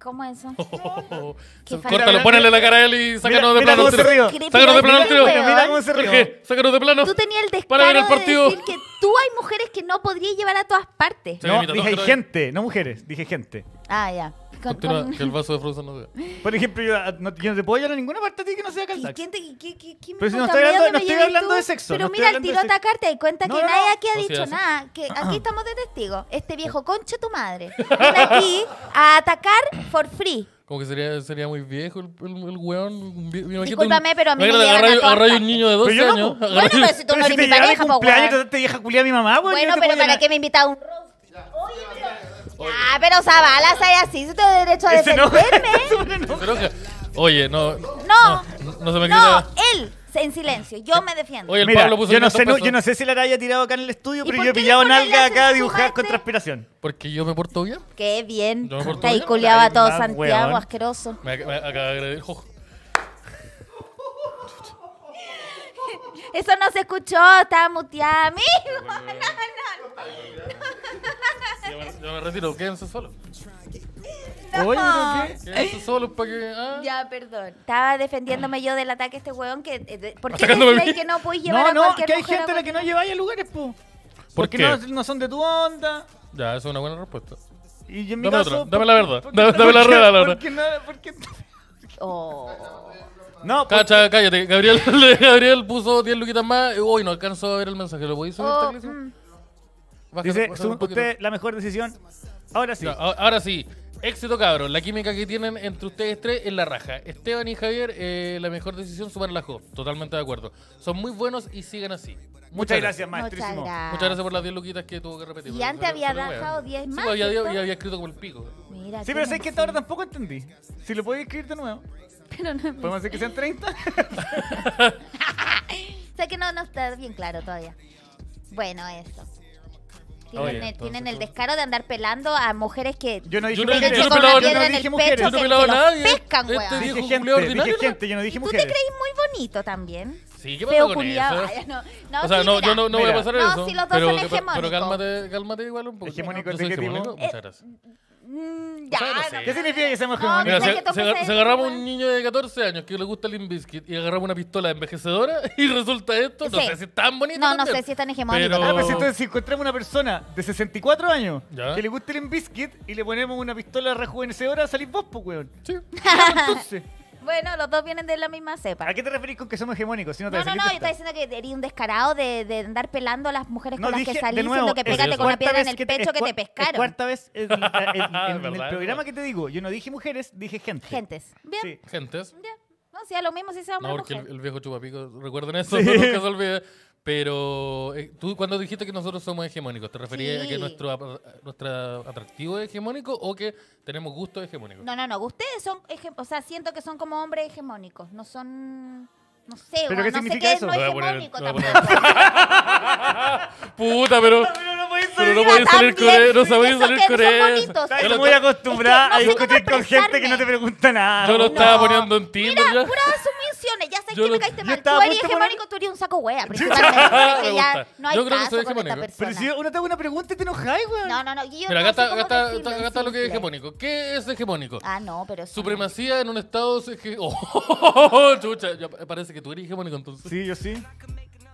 ¿Cómo es eso? Qué
Entonces,
falta-
Córtalo, ponle la cara a él y sácanos de
mira
plano.
cómo
al tiro.
se rió.
Sácanos de plano al
Pero,
tiro.
Pero mira cómo se rió.
Jorge, sácanos de plano.
Tú tenías el
Para ver el
descaro
partido.
de decir que tú hay mujeres que no podrías llevar a todas partes.
Sí.
no,
mira,
dije
no,
hay
pero-
gente, no mujeres, dije gente.
Ah, ya. Con-
Continúa,
con-
que el vaso de fruta no se vea.
Por ejemplo, yo ah, no, yo no te puedo llevar a ninguna parte a ti que no sea
¿Y
Caldax.
quién te- y qué- qué- qué me
Pero si Pues no
importa?
estoy
Mira,
hablando-
yo
no
me
estoy
llevé
hablando
tú.
de sexo,
Pero
no estoy
mira, al
hablando de
tiro
sexo.
atacarte, hay cuenta
No,
que
no,
nadie
no. Ah,
aquí ha
No, sí,
dicho
así.
nada. Que aquí
Eh.
estamos de testigo. Este viejo concha tu madre. Ven aquí a atacar for free.
Como que sería, sería muy viejo el, el, el weón. Vi- imagínate
Discúlpame, pero a mí
imagínate
me
agarrar-
llegan a tortas.
agarrar un niño de 12
yo no,
años.
pues.
agarrar-
Bueno, pero si tú no
Pero si
eres
te
mi
llegara mi
pareja, po,
cumpleaños,
weón.
trataste de vieja culiar a mi mamá, weón. yo
Bueno,
no te
pero
voy a
¿para
llenar.
qué me invita a un roast? Ah, pero Zavala, ¿sabes así? Tú tienes derecho a
Ese no.
defenderme.
Súper enojo.
se enoja. Oye, no.
No.
No, no se me
No,
quita.
él, en silencio. Yo me defiendo.
Oye, el
Mira,
Pablo puso
yo
el
no, sé, no-
cartapaso.
yo no sé si la haya tirado acá en el estudio,
¿Y
pero
por
yo he
qué le
pillado
ponen
nalga
láser
acá
en
a
su
dibujar
madre?
con transpiración.
Porque yo me porto bien.
Qué bien.
Yo me porto
Está ahí
bien.
culeaba
Ay,
todo
más
Santiago,
weón.
asqueroso.
Me, ac- me acaba de agredir. jo.
Eso no se escuchó, estaba muteada. Amigo, no, no, no.
Yo me, yo me retiro. Quédense solos.
Oye, pero ¿qué?
Quédense solos para que. Ah.
Ya, perdón. Estaba defendiéndome yo del ataque a este weón que... eh, de- ¿Por qué
Atacándome a
decís
mí.
que no puedes llevar
No,
a
no,
cualquier
que hay
mujer a
gente a la que no lleváis a lugares, po. Porque
qué?
no, no son de tu onda.
Ya, esa es una buena respuesta.
Y yo en mi
Dame
caso.
otra,
¿por-
dame la verdad.
por qué-
Dame, dame la
por qué-
real ahora.
por qué no- por qué-
cualquier- Oh.
No, pues, por-
Cacha, cállate. Gabriel, Gabriel puso 10 luquitas más. y, Uy, no alcanzó a ver el mensaje. ¿Lo podéis subir?
Oh,
Teclis?
mm.
Bájale-
dice,
bájale un
su-
poquito.
usted la mejor decisión. Ahora sí.
Ya, ah. a- ahora sí. Éxito, cabrón. La química que tienen entre ustedes tres es la raja. Esteban y Javier, eh, la mejor decisión, sumar la jo. Totalmente de acuerdo. Son muy buenos y sigan así.
Muchas gracias,
Muchas
maestrísimo.
gracias.
Muchas gracias por las 10 luquitas que tuvo que repetir.
Y
porque
antes
se le-
había
se le
dejado
wean.
10
Sí,
más,
pues, había,
¿cierto?
y había escrito como el pico.
Mira,
Sí,
qué
pero sé que esta hora
emoción.
tampoco entendí. Si lo podéis escribir de nuevo.
Pero no me-
Podemos decir que sean 30.
Sé que no, no está bien claro todavía. Bueno, eso. Tienen,
Oye,
el,
entonces
tienen el
tú-
descargo de andar pelando a mujeres que...
Yo no dije
Yo no-
mujeres.
yo no
con la
pelaba- yo no
piedra en
dije
el
mujeres.
pecho.
Yo no
que-
pelaba a
que los
nadie.
pescan,
este
weón.
Dije
viejo culiao
gente, dije
ordinario.
gente, yo no dije
¿Tú te
mujeres.
creís muy bonito también?
Sí, ¿qué pasa
Feo
con
culiado.
eso?
Ay, No, no,
o sea,
sí,
no,
mira.
yo no, no voy a
Mira.
pasar
No,
eso.
si los dos
pero,
son
pero- Pero
hegemónicos.
cálmate, cálmate igual un poco.
¿Hegemónico
Yo
de
soy
qué tipo?
hegemónico,
Eh,
Muchas gracias.
Mm, Ya,
O sea, no sé.
¿Qué significa que seamos
No,
hegemónicos?
Mira,
Mira,
se,
que tú
se-
fuiste
se agarramos
igual.
un niño de 14 años que le gusta el Biscuit y agarramos una pistola envejecedora y resulta esto. No
Sí.
sé si es tan bonito.
No, no
también.
sé si es tan hegemónico
Pero-
Ah,
tampoco.
pues entonces si encontramos una persona de 64 años
Ya.
que le guste el biscuit y le ponemos una pistola rejuvenecedora, salís vos, pues, weón.
Sí.
Entonces,
Bueno, los dos vienen de la misma cepa.
¿a qué te referís con que somos hegemónicos? Si no, te
No, no, no,
saliste
yo estaba diciendo que eres un descarado de, de andar pelando a las mujeres
No,
con las
dije,
que
de
salí,
nuevo,
diciendo que
es
pégate con
cuarta
la piedra
vez
en el
te-
pecho
es
que
cua-
te pescaron.
Es cuarta vez en, en- en- en el
¿Verdad?
programa que te digo, yo no dije mujeres, dije gente.
Gentes. Bien.
Sí.
Gentes.
Ya. No, sí, a lo mismo si se hombre
No,
o
porque el,
mujer.
el viejo chupapico, recuerden eso, no nunca se olvide. Pero eh, tú cuando dijiste que nosotros somos hegemónicos, ¿te referías a que
Sí.
nuestro, ap- nuestra atractivo es hegemónico o que tenemos gusto hegemónico?
No, no, no. Ustedes son, hege- o sea, siento que son como hombres hegemónicos. No son, no sé,
¿Pero
weón,
qué
no sé
significa
qué es
eso?
no
Lo voy a poner-
hegemónico
lo voy a
tampoco.
Puta, pero...
Pero no podéis
Pero no
diga
podéis salir con
también,
eso, no sabéis
eso
salir
que
con
son
eso.
bonitos.
Yo
Estás
lo-
muy acostumbrada
es que
a
no sé
discutir
cómo
con gente que
expresarme.
no te pregunta nada.
Yo lo
weón.
estaba
No.
poniendo en Tinder.
Mira,
ya.
puras sumisiones. Ya sé
Yo
que
lo-
me caíste
yo
mal. Tú
estaba a
eres
punto de
hegemónico, tú eres un saco wea, principalmente.
Me
porque ya
gusta.
no hay
Yo creo que soy
caso con esta
hegemónico.
Pero
persona.
si uno te hago una pregunta y te enojáis, weón.
No, no, no. Yo
Mira,
no
acá
sé
está,
cómo
acá está-
decirlo
acá
en
está lo que es
simple.
hegemónico. ¿Qué es hegemónico?
Ah, no, pero eso no.
Supremacía en un estado hege- Oh, chucha, ya pa- parece que tú eres hegemónico entonces.
Sí, yo sí.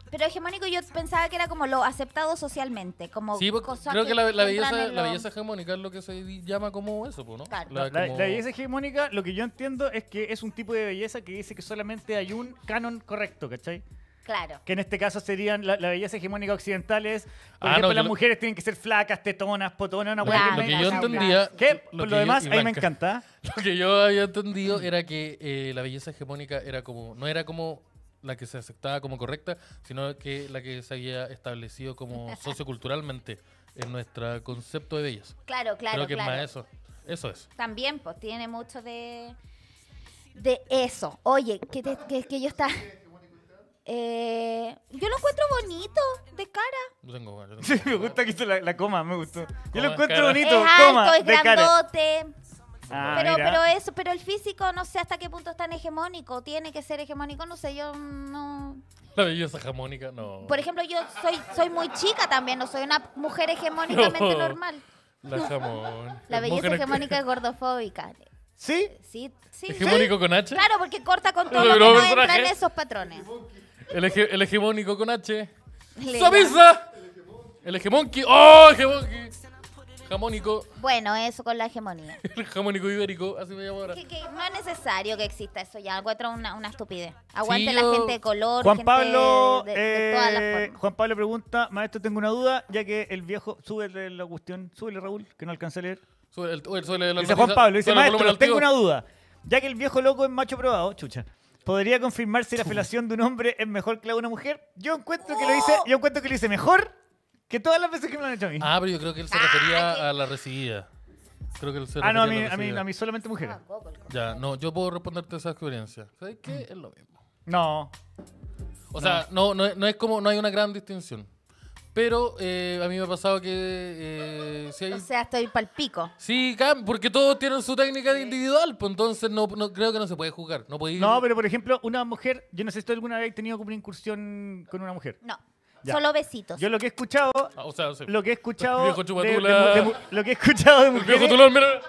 Pero hegemónico yo pensaba que era como lo aceptado socialmente, como
Sí, porque
cosa
creo que, la, la
entran
belleza,
en
la
lo-
belleza hegemónica es lo que se di- llama como eso, po, ¿no?
Claro.
La,
La,
como-
la belleza hegemónica, lo que yo entiendo es que es un tipo de belleza que dice que solamente hay un canon correcto, ¿cachai?
Claro.
Que en este caso serían la, la belleza hegemónica occidental es, por
Ah,
ejemplo,
no, yo
las
lo-
mujeres tienen que ser flacas, tetonas, potonas, una
Lo
weá
Claro,
que, lo
que
que
me
yo
blanca,
entendía.
¿Qué?
lo
Por
que
lo
yo-
demás,
y
ahí me
blanca.
encanta.
Lo que yo había entendido era que eh, la belleza hegemónica era como, no era como la que se aceptaba como correcta, sino que la que se había establecido como socioculturalmente en nuestro concepto de belleza.
Claro, claro,
Creo que
claro.
es más eso. Eso es.
También, pues, tiene mucho de, de eso. Oye, que, te- que, que yo está... Eh, yo lo encuentro bonito, de cara.
Yo tengo, yo tengo-
Sí, me gusta que hizo la, la coma, me gustó. Yo
Coma,
lo encuentro
cara.
bonito,
es alto,
coma,
es
de cara.
grandote.
Ah,
pero,
mira.
pero eso, pero el físico, no sé hasta qué punto es tan hegemónico. Tiene que ser hegemónico, no sé, yo no...
La belleza hegemónica, no.
Por ejemplo, yo soy, soy muy chica también, no soy una mujer hegemónicamente
No.
normal.
La jamón.
La belleza
Mujer-
hegemónica es gordofóbica.
¿Sí?
Sí, sí.
Hegemónico con H.
Claro, porque corta con todo
Pero
lo que
no
no
me
entra en
traje.
esos patrones.
El, hege- el hegemónico con H.
Le-
¡Sabisa! El hegemonqui. ¡Oh, hegemonqui! Jamónico.
Bueno, eso con la hegemonía.
El jamónico ibérico. Así me llamo ahora.
Que, que no es necesario que exista eso ya. Encuentro una, una estupidez. Aguante
Sí,
la
yo-
gente de color,
Juan
gente
Pablo,
de, de todas las
eh,
formas.
Juan Pablo pregunta, maestro, tengo una duda, ya que el viejo, súbele la cuestión, súbele Raúl, que no alcancé a leer.
Sube el, oye, sube el-
Dice
el-
Juan Pablo, dice,
sube el volumen
maestro,
al
tengo
tío".
una duda. Ya que el viejo loco es macho probado, chucha, ¿podría confirmar si la felación de un hombre es mejor que la de una mujer? Yo encuentro que lo hice, yo encuentro que lo hice mejor que todas las veces que me lo han hecho a mí. Ah,
Ah, pero yo creo que él se refería a la recibida. Creo que él se
Ah, no, a mí,
refería
a,
la
mí,
recibida.
a mí solamente
Ah.
mujeres.
Ya, no, yo puedo responderte esa experiencia. ¿Sabes qué?
Mm.
Es lo mismo.
No.
O sea, no, no, no es como, no hay una gran distinción. Pero eh, a mí me ha pasado que eh, sí hay...
O sea, estoy pal pico.
Sí, cam- porque todos tienen su técnica de individual, pues entonces no, no- creo que no se puede jugar. No puede ir-
No, pero por ejemplo, una mujer, yo no sé si tú alguna vez has tenido como una incursión con una mujer.
No.
Ya.
Solo besitos.
Yo lo que he escuchado,
Ah, o sea, sí.
lo que he escuchado
Viejo
de-
chupatula.
de mu- de mu- lo que he escuchado de
El viejo
mujeres
tulón, mira.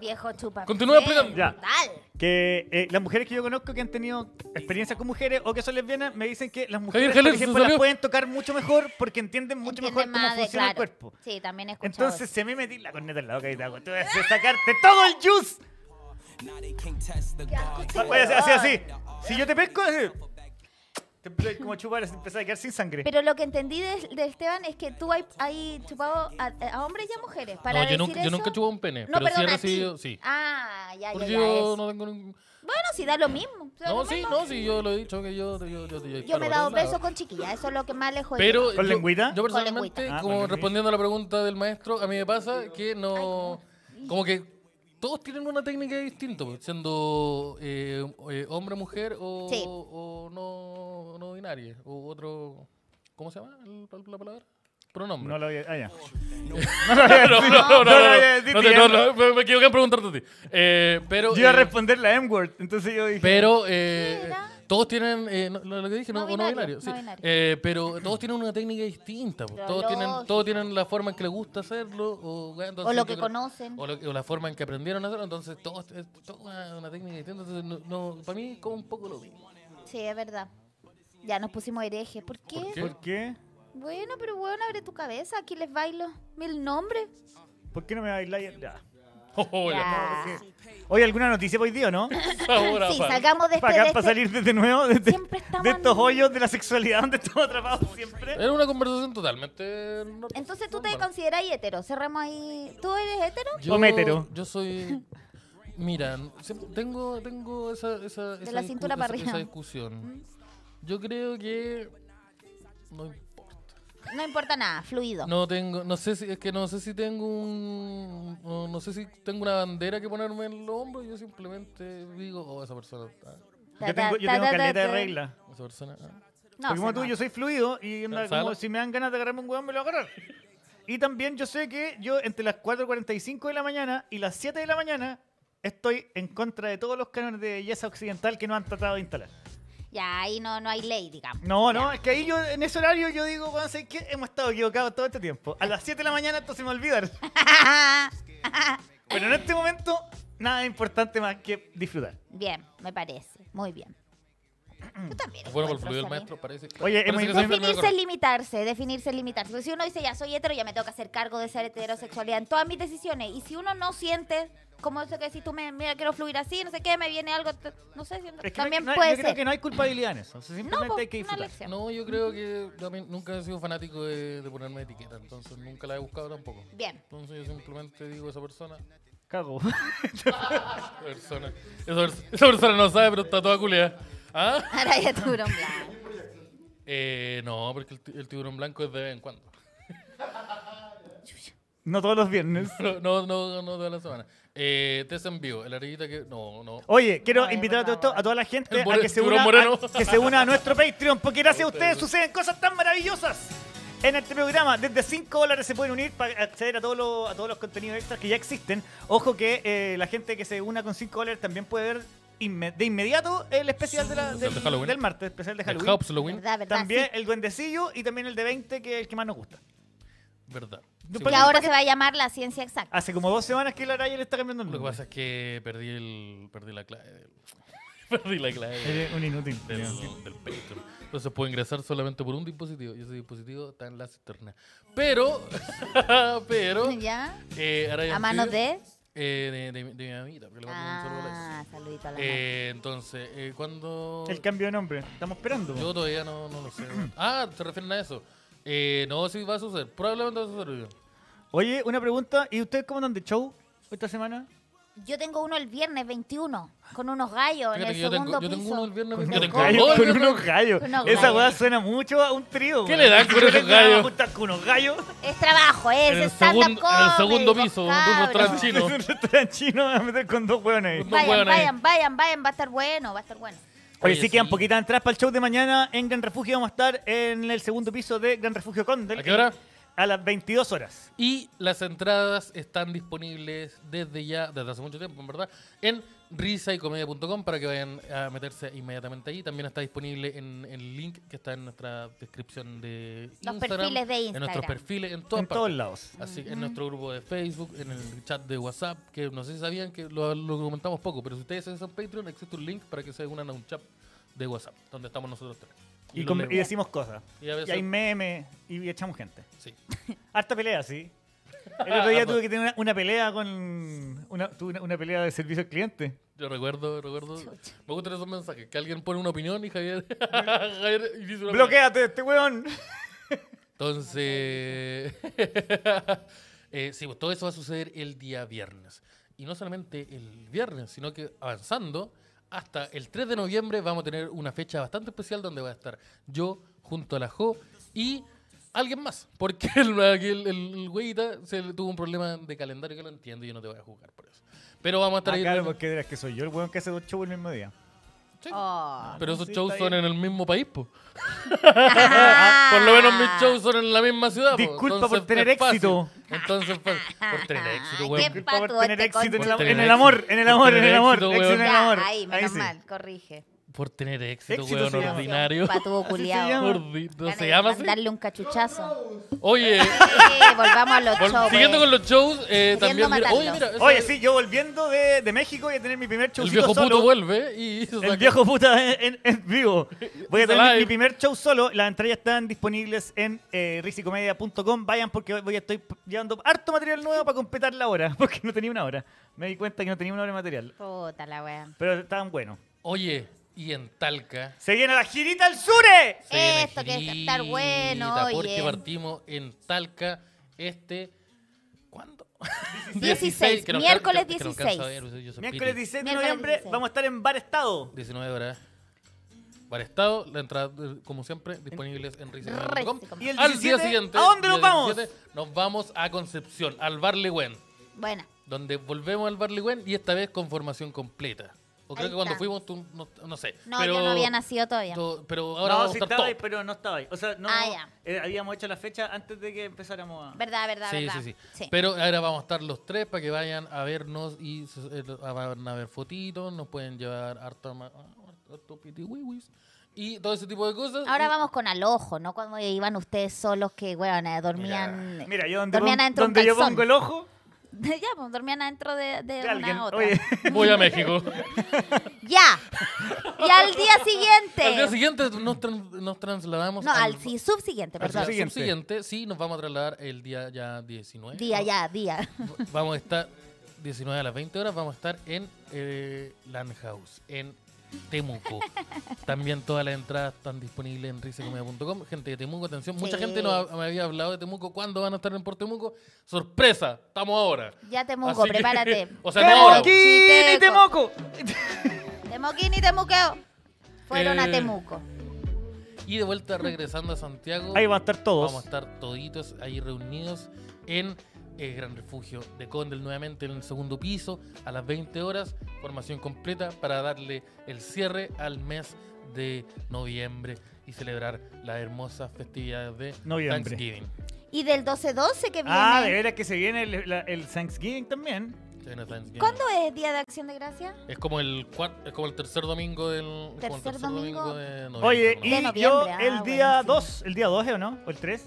Viejo chupa.
Continúa explicando.
Ya.
Dale.
que eh, las mujeres que yo conozco que han tenido experiencias con mujeres o que son lesbianas me dicen que las
Javier
mujeres por
Geller se
ejemplo, las
salió.
pueden tocar mucho mejor porque entienden mucho
Entiende
mejor cómo
más de-
funciona el
claro.
cuerpo.
Sí, también he escuchado.
Entonces se me metí la corneta en la boca y te hago, te voy a hacer sacarte todo el juice. Voy a hacer así, así. Si yo te pesco, así. te empecé como a chupar, empezás a quedar sin sangre.
Pero lo que entendí de, de Esteban es que tú hay, hay chupado a, a hombres y a mujeres.
No, yo
Para decir
nunca, yo
eso-
nunca he chupado un pene,
No,
pero sí he
perdón, a ti.
recibido, sí.
Ah, ya, ya,
Porque
ya.
yo
es.
no tengo ningún...
Bueno, si da lo mismo. da
No,
lo
sí,
mismo.
no, sí, yo lo he dicho que yo... Yo, yo, yo- yo
Yo me
para
he dado
todos lados.
besos con chiquillas, eso es lo que más le jodí.
Pero
¿Con
yo-
lengüita?
Yo
Con
personalmente,
lengüita.
Ah, con
como
lengüita.
respondiendo a la pregunta del maestro, a mí me pasa que no... Como que todos tienen una técnica distinta, pues, siendo eh, eh, hombre, mujer o,
Sí.
o no, no binaria, o otro... ¿Cómo se llama el- la, la palabra? Pronombre.
No lo voy a. Ah, ya. No lo voy a decir. No
no, no, no,
lo voy a
no,
decir,
no,
tía.
no, no, no, me- me equivoqué en preguntarte a ti. Eh, pero,
Yo iba a
eh,
responder la M-word, entonces yo dije.
pero eh,
Mira.
todos tienen, eh, no, lo lo que dije, no,
No
o no binario,
binario,
sí.
no binario.
Eh, pero todos tienen una técnica distinta, po.
Pero
todos tienen,
lógico.
todos tienen la forma en que les gusta hacerlo, o, eh, entonces
O lo
yo
que
creo-
conocen.
O, lo que- o la forma en que aprendieron a hacerlo, entonces todos, es toda una, una técnica distinta, entonces no, no, para mí es como un poco lo mismo.
Sí, es verdad. Ya nos pusimos herejes. ¿Por qué?
¿Por qué?
¿Por qué?
Bueno, pero bueno, abre tu cabeza, aquí les bailo. Mil nombres.
¿Por qué no me bailáis? Ya.
Hola,
Ya.
Oye, ¿alguna noticia hoy día o no?
ahora,
Sí,
pa.
salgamos de este...
Para
de
acá, para
este-
salir desde nuevo de, de-
Siempre estamos
de estos
en-
hoyos de la sexualidad donde estamos atrapados siempre.
Era una conversación totalmente... normal.
Entonces tú te
Normal.
consideras hetero, cerramos ahí. ¿Tú eres hetero?
O métero.
Yo soy. Mira, siempre- tengo, tengo esa, esa, esa
la
discu-
cintura para
esa-
arriba.
esa discusión. Yo creo que. No importa.
No importa nada, fluido.
No tengo. No sé si. Es que no sé si tengo un. No, no sé si tengo una bandera que ponerme en el hombro. Yo simplemente digo, oh, esa persona. ah,
Ta,
Yo tengo, yo
ta,
tengo
ta,
caleta de
ta.
reglas.
esa persona. ah".
No,
Porque como
se
tú,
no.
yo soy fluido y onda,
Gonzalo.
como si me dan ganas de agarrarme un huevón, me lo voy a agarrar. Y también yo sé que yo entre las 4.45 de la mañana y las 7 de la mañana estoy en contra de todos los cánones de belleza occidental que nos han tratado de instalar.
Ya, ahí no, no hay ley, digamos.
No, no, es que ahí yo, en ese horario, yo digo, bueno, ¿sabes qué? Hemos estado equivocados todo este tiempo. A las 7 de la mañana esto se me olvida.
Ah,
Pero en este momento, nada importante más que disfrutar.
Bien, me parece. Muy bien. Yo también.
Bueno, por el
encuentro,
fluido del
Sammy.
maestro, parece.
Oye, es
parece
muy
que soy el primero
Definirse es
correcto.
limitarse, definirse es limitarse. Porque si uno dice, ya soy hetero, ya me tengo que hacer cargo de esa heterosexualidad en todas mis decisiones. Y si uno no siente, como eso que si tú me, mira, quiero fluir así, no sé qué, me viene algo, t- no sé,
Es
si-
que no hay-
también
no hay-
puede
yo creo que
ser.
no hay culpabilidad en eso. o sea, simplemente
pues,
hay que
una
disfrutar.
lección.
No, yo creo que yo a mí nunca he sido fanático de, de ponerme etiqueta, entonces nunca la he buscado tampoco.
Bien.
Entonces yo simplemente digo esa persona,
Cago.
Esa persona, esa, pers- esa persona no sabe, pero está toda culiada. ¿Ah?
Ahora ya tiburón blanco.
Eh, no, porque el, ti- el tiburón blanco es de vez en cuando.
No todos los viernes.
No, no, no, no toda la semana. Eh, te en vivo, el arillita que. No, no.
Oye, quiero
Ay, por
invitar a, todo esto-
favor.
a toda la gente
El
a
More-
que, se
Tiburón
una,
Moreno.
a que se una a nuestro Patreon, porque gracias a ustedes suceden cosas tan maravillosas en este programa. Desde 5 dólares se pueden unir para acceder a, todos los- a todos los contenidos extras que ya existen. Ojo que eh, la gente que se una con 5 dólares también puede ver inme- de inmediato el especial de la-
de
del,
Halloween.
del martes, especial de
El
Halloween.
Halloween,
¿Verdad, verdad?
También
sí.
el duendecillo y también el de 20, que es el que más nos gusta.
verdad.
Yo
Sí,
Que ahora se va a llamar la ciencia exacta.
Hace como dos semanas que la Araya le está cambiando el
Lo que
nombre.
pasa es que perdí el. Perdí la clave del. Perdí la clave del,
Eh,
Eres un inútil.
del, del Patreon. Entonces puedo ingresar solamente por un dispositivo. Y ese dispositivo está en la cisterna. Pero.
Ah,
pero.
¿Ya?
Eh, Araya
A manos
Anfibia,
de.
eh, de, de, de mi mamita, porque le mando un saludo a la ex.
Ah, saludito a la madre.
Eh, entonces, eh, cuando.
El cambio de nombre. Estamos esperando.
Yo todavía no, no lo sé. ah, ¿te refieren a eso? Eh, no, sí va a suceder. Probablemente va a suceder.
Oye, una pregunta. ¿Y ustedes cómo andan de show esta semana?
Yo tengo uno el viernes 21 con unos gallos en
Fíjate
el
que yo tengo,
segundo
yo tengo
piso.
uno el viernes.
Con
yo
unos
tengo
gallos.
dos.
Con unos gallos.
Con unos
Esa
gallos.
weá suena mucho a un trío.
¿Qué
weón.
le dan con
¿Qué
esos
le dan?
gallos?
Juntar con unos gallos.
Es trabajo, ¿eh? es
En el
stand-up
segundo- en el
comedy,
segundo
pues,
piso, de un
cabros.
restaurante chino.
Es un restaurante chino a meter con dos hueones ahí.
Dos
Vayan,
hueones ahí.
vayan, vayan, vayan, va a estar bueno, va a estar bueno.
Oye,
Oye,
sí quedan
sí.
poquitas entradas para el show de mañana en Gran Refugio. Vamos a estar en el segundo piso de Gran Refugio Condel.
¿A qué hora?
A las 22 horas.
Y las entradas están disponibles desde ya, desde hace mucho tiempo, en verdad, en risaycomedia.com para que vayan a meterse inmediatamente ahí. También está disponible en el link que está en nuestra descripción de
Los
Instagram.
perfiles de
En nuestros
Instagram.
perfiles, en todas
En
partes.
todos lados.
Así, en nuestro grupo de Facebook, en el chat de WhatsApp, que no sé si sabían que lo, lo comentamos poco, pero si ustedes son Patreon, existe un link para que se unan a un chat de WhatsApp, donde estamos nosotros tres.
Y,
lo
con- y
leemos.
decimos cosas.
Y a veces-
Y hay memes y echamos gente.
Sí.
Harta pelea, sí. El otro día tuve que tener una, una pelea con. Una, tuve una, una pelea de servicio al cliente.
Yo recuerdo, recuerdo.
Chucha.
Me gustan esos mensajes, que alguien pone una opinión y Javier, Javier dice una
¡Bloquéate de este weón!
Entonces, eh, sí, pues todo eso va a suceder el día viernes. Y no solamente el viernes, sino que avanzando, hasta el 3 de noviembre vamos a tener una fecha bastante especial donde va a estar yo junto a la Jo y alguien más. Porque el, aquí el, el- el güeyita se le tuvo un problema de calendario que lo entiendo y yo no te voy a jugar por eso. Pero vamos a estar
Ah,
ahí.
claro, porque dirás que soy yo el weón que hace dos shows el mismo día.
Sí.
Oh.
Pero esos
ah, Sí,
shows
está
son
bien.
en el mismo país, pues. po. Por lo menos mis shows son en la misma ciudad. po.
Ah. Disculpa por
Entonces,
tener
es fácil.
éxito. Ah,
Entonces, fue- por tener éxito, weón.
Qué
Por
pato
tener
este
éxito en
concha.
el, am-
Por
en
tener
el amor,
éxito.
en el amor, en el
Por
amor.
tener
Éxito en el
Ya,
amor.
Ahí, menos
sí.
mal, corrige.
Por tener éxito,
Éxito
weón,
se llama.
ordinario.
Patudo culiao.
llama.
Ordi- no
Ganas
se
de
llama así.
Mandarle un cachuchazo.
Oye,
Sí, volvamos a los
vol-
shows. pues.
siguiendo con los shows, eh,
Queriendo
también. mira-
matarlo.
oye, mira, eso-
Oye, sí, yo volviendo de, de México voy a tener mi primer
El
showcito
viejo
solo.
puto vuelve y. se saca-
El viejo puta en, en- en vivo. Voy a tener
It's
mi- mi
alive.
primer show solo. Las entradas están disponibles en eh, risicomedia.com. Vayan porque voy a estoy llevando harto material nuevo para completar la hora. Porque no tenía una hora. Me di cuenta que no tenía una hora de material.
Puta la wea.
Pero estaban buenos.
Oye, y en Talca.
¡Se viene la girita al eh. sure!
se viene
Esto que es
girita,
estar bueno,
Porque
oye.
partimos en Talca este. ¿Cuándo?
16,
que nos-
miércoles
que- que nos cansa
16.
ver, yo soy
Miércoles
piti.
16 de
Miércoles
noviembre
16.
vamos a estar en Bar Estado.
19 horas. Para Estado, la entrada, eh, como siempre, disponibles en risa.com.
Risa.com.
Y el
Al
17,
día siguiente,
¿a dónde nos
día
vamos?
17, nos vamos a Concepción, al Bar Legüen,
Buena.
donde volvemos al Bar Legüen y esta vez con formación completa. O creo
Ahí
que cuando
está.
fuimos, tú, no, no sé.
No,
pero,
yo no había nacido todavía.
to- pero ahora vamos
no, sí
a estar
estaba ahí, pues.
todos.
pero no estaba ahí. O sea, no,
Ah, ya.
eh, habíamos hecho la fecha antes de que empezáramos a...
Verdad, verdad,
Sí,
verdad.
sí, sí, Pero ahora vamos a estar los tres para que vayan a vernos y se- eh, lo- van a ver fotitos, nos pueden llevar harto, ma- harto pitiwiwis y todo ese tipo de cosas.
Ahora
Y-
vamos con al ojo, ¿no? Cuando iban ustedes solos que, weón, eh, dormían.
Mira, yo donde,
dormían
pon-
adentro de un
donde yo
calzón.
pongo el ojo...
ya, pues, dormían adentro de, de
de
una
alguien.
otra.
Oye,
Voy a México.
Ya. Y al día siguiente.
Al día siguiente nos, tran- nos trasladamos
no, al sí, subsiguiente,
al
perdón.
subsiguiente.
subsiguiente. Sí, nos vamos a trasladar el día ya 19.
Día,
¿no?
ya, día.
V- Vamos a estar 19 a las 20 horas, vamos a estar en eh, Land House, en Temuco. También todas las entradas están disponibles en risecomedia.com. Gente de Temuco, atención. Mucha
Sí.
gente no ha- me había hablado de Temuco. ¿Cuándo van a estar en Puerto Temuco? ¡Sorpresa! ¡Estamos ahora!
Ya, Temuco,
Así que-
prepárate.
o sea, no ahora.
Temuquín.
¡Temoquín y Temoco!
Temoquín y Temuqueo. Fueron a
Eh.
Temuco.
Y de vuelta regresando a Santiago.
Ahí van a estar todos.
Vamos a estar toditos ahí reunidos en el Gran Refugio de Condel nuevamente en el segundo piso a las 20 horas. Formación completa para darle el cierre al mes de noviembre y celebrar las hermosas festividades de
Noviembre.
Thanksgiving.
Y del 12-12 que viene.
Ah, de veras que se viene el, la- el Thanksgiving también.
Se viene Thanksgiving.
¿Cuándo es Día de Acción de Gracia?
Es como el cuar- es como el tercer domingo del es como el
Tercer domingo.
de noviembre.
Oye,
¿no?
y
De noviembre,
yo
ah,
el día
buenísimo.
2, ¿el día 2 o no? ¿O el 3?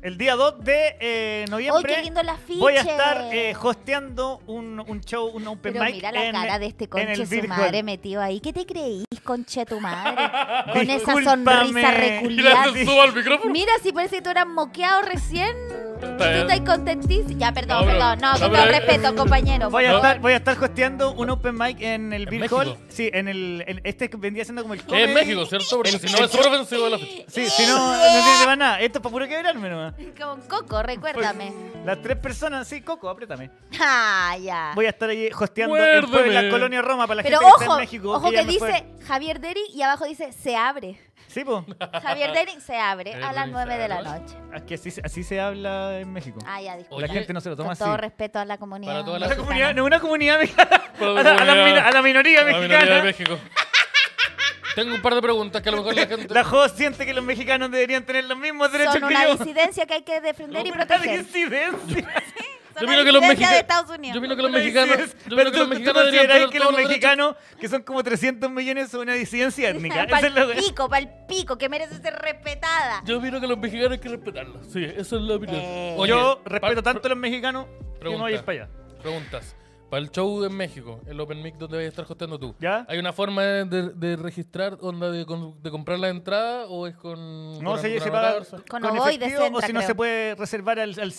El día 2 de eh,
¡Uy,
noviembre
qué lindo la ficha!
voy a estar eh, hosteando un, un show, un open
Pero
mic
mira la
en-
cara de este
en el
conche su
Beer
madre
Hall.
metido ahí. ¿Qué te creís, conche tu madre? Con esa
Discúlpame.
sonrisa
Mira,
reculiada.
se suba al micrófono.
Mira, si parece que tú eras moqueado recién.
Está
Tú
bien.
estás contentísimo. Ya, perdón,
No, pero-
perdón. No,
no,
con
pero-
todo respeto, compañero.
Voy a,
No.
estar, voy a estar hosteando un open mic en el
En
Bill
México.
Hall. Sí, en el. en- este que vendía siendo como el
Que es
comedy.
México, ¿cierto? Porque si no es súper ofensivo de la fiesta.
Sí, si no, no tiene más nada. Esto es para puro quebrarme nomás.
Con Coco, recuérdame.
Pues, Las tres personas, sí, Coco, apriétame.
Ah, ya.
Voy a estar ahí hosteando
Muérdeme.
en la colonia Roma para la
Pero
gente que está
ojo,
en México.
ojo
ya
que
no puede-
dice Javier Deri y abajo dice se abre.
Sí, po.
Javier Deri se abre
Javier
a las
Deri se
9 de la
abre.
noche.
Es que Así, así se habla en México.
Ah, ya, disculpa.
Oye,
la gente no se lo toma
Con
así.
todo respeto a la comunidad.
Para toda la
A la
mexicana.
comunidad, no, una comunidad mexicana. A la,
Para la
a la
comunidad-
mino- a la minoría
La minoría
mexicana.
de México. Tengo un par de preguntas que a lo mejor la gente.
La JOS siente que los mexicanos deberían tener los mismos derechos
Son
que
una
yo.
disidencia que hay que defender y
Una
proteger.
disidencia.
Son
Yo
una
opino que los
disidencia de
mexicanos.
Estados Unidos.
Yo opino que los
Una
mexicanos.
disidencia.
Yo
Pero tú,
opino que los
tú
mexicanos deberían
consideras
tener
que los
todos los derechos.
mexicanos, que son como 300 millones, son una disidencia étnica. Esa es la
Pal pico, pal pico, que merece ser respetada.
Yo opino que los mexicanos hay que respetarlos. Sí, eso es la opinión.
Eh.
wea.
Oye,
Yo
pa-
respeto tanto a los mexicanos que no
pregunta.
voy a ir para allá.
Preguntas. Para el show en México, el Open Mic donde vayas a estar hosteando tú.
¿Ya?
¿Hay una forma de, de- de registrar, onda de, con- de comprar la entrada o es con.
No,
con-
se,
con
se paga
anotador?
Con
con
Ovoide
efectivo o
Centra,
si no
creo.
se puede reservar al, al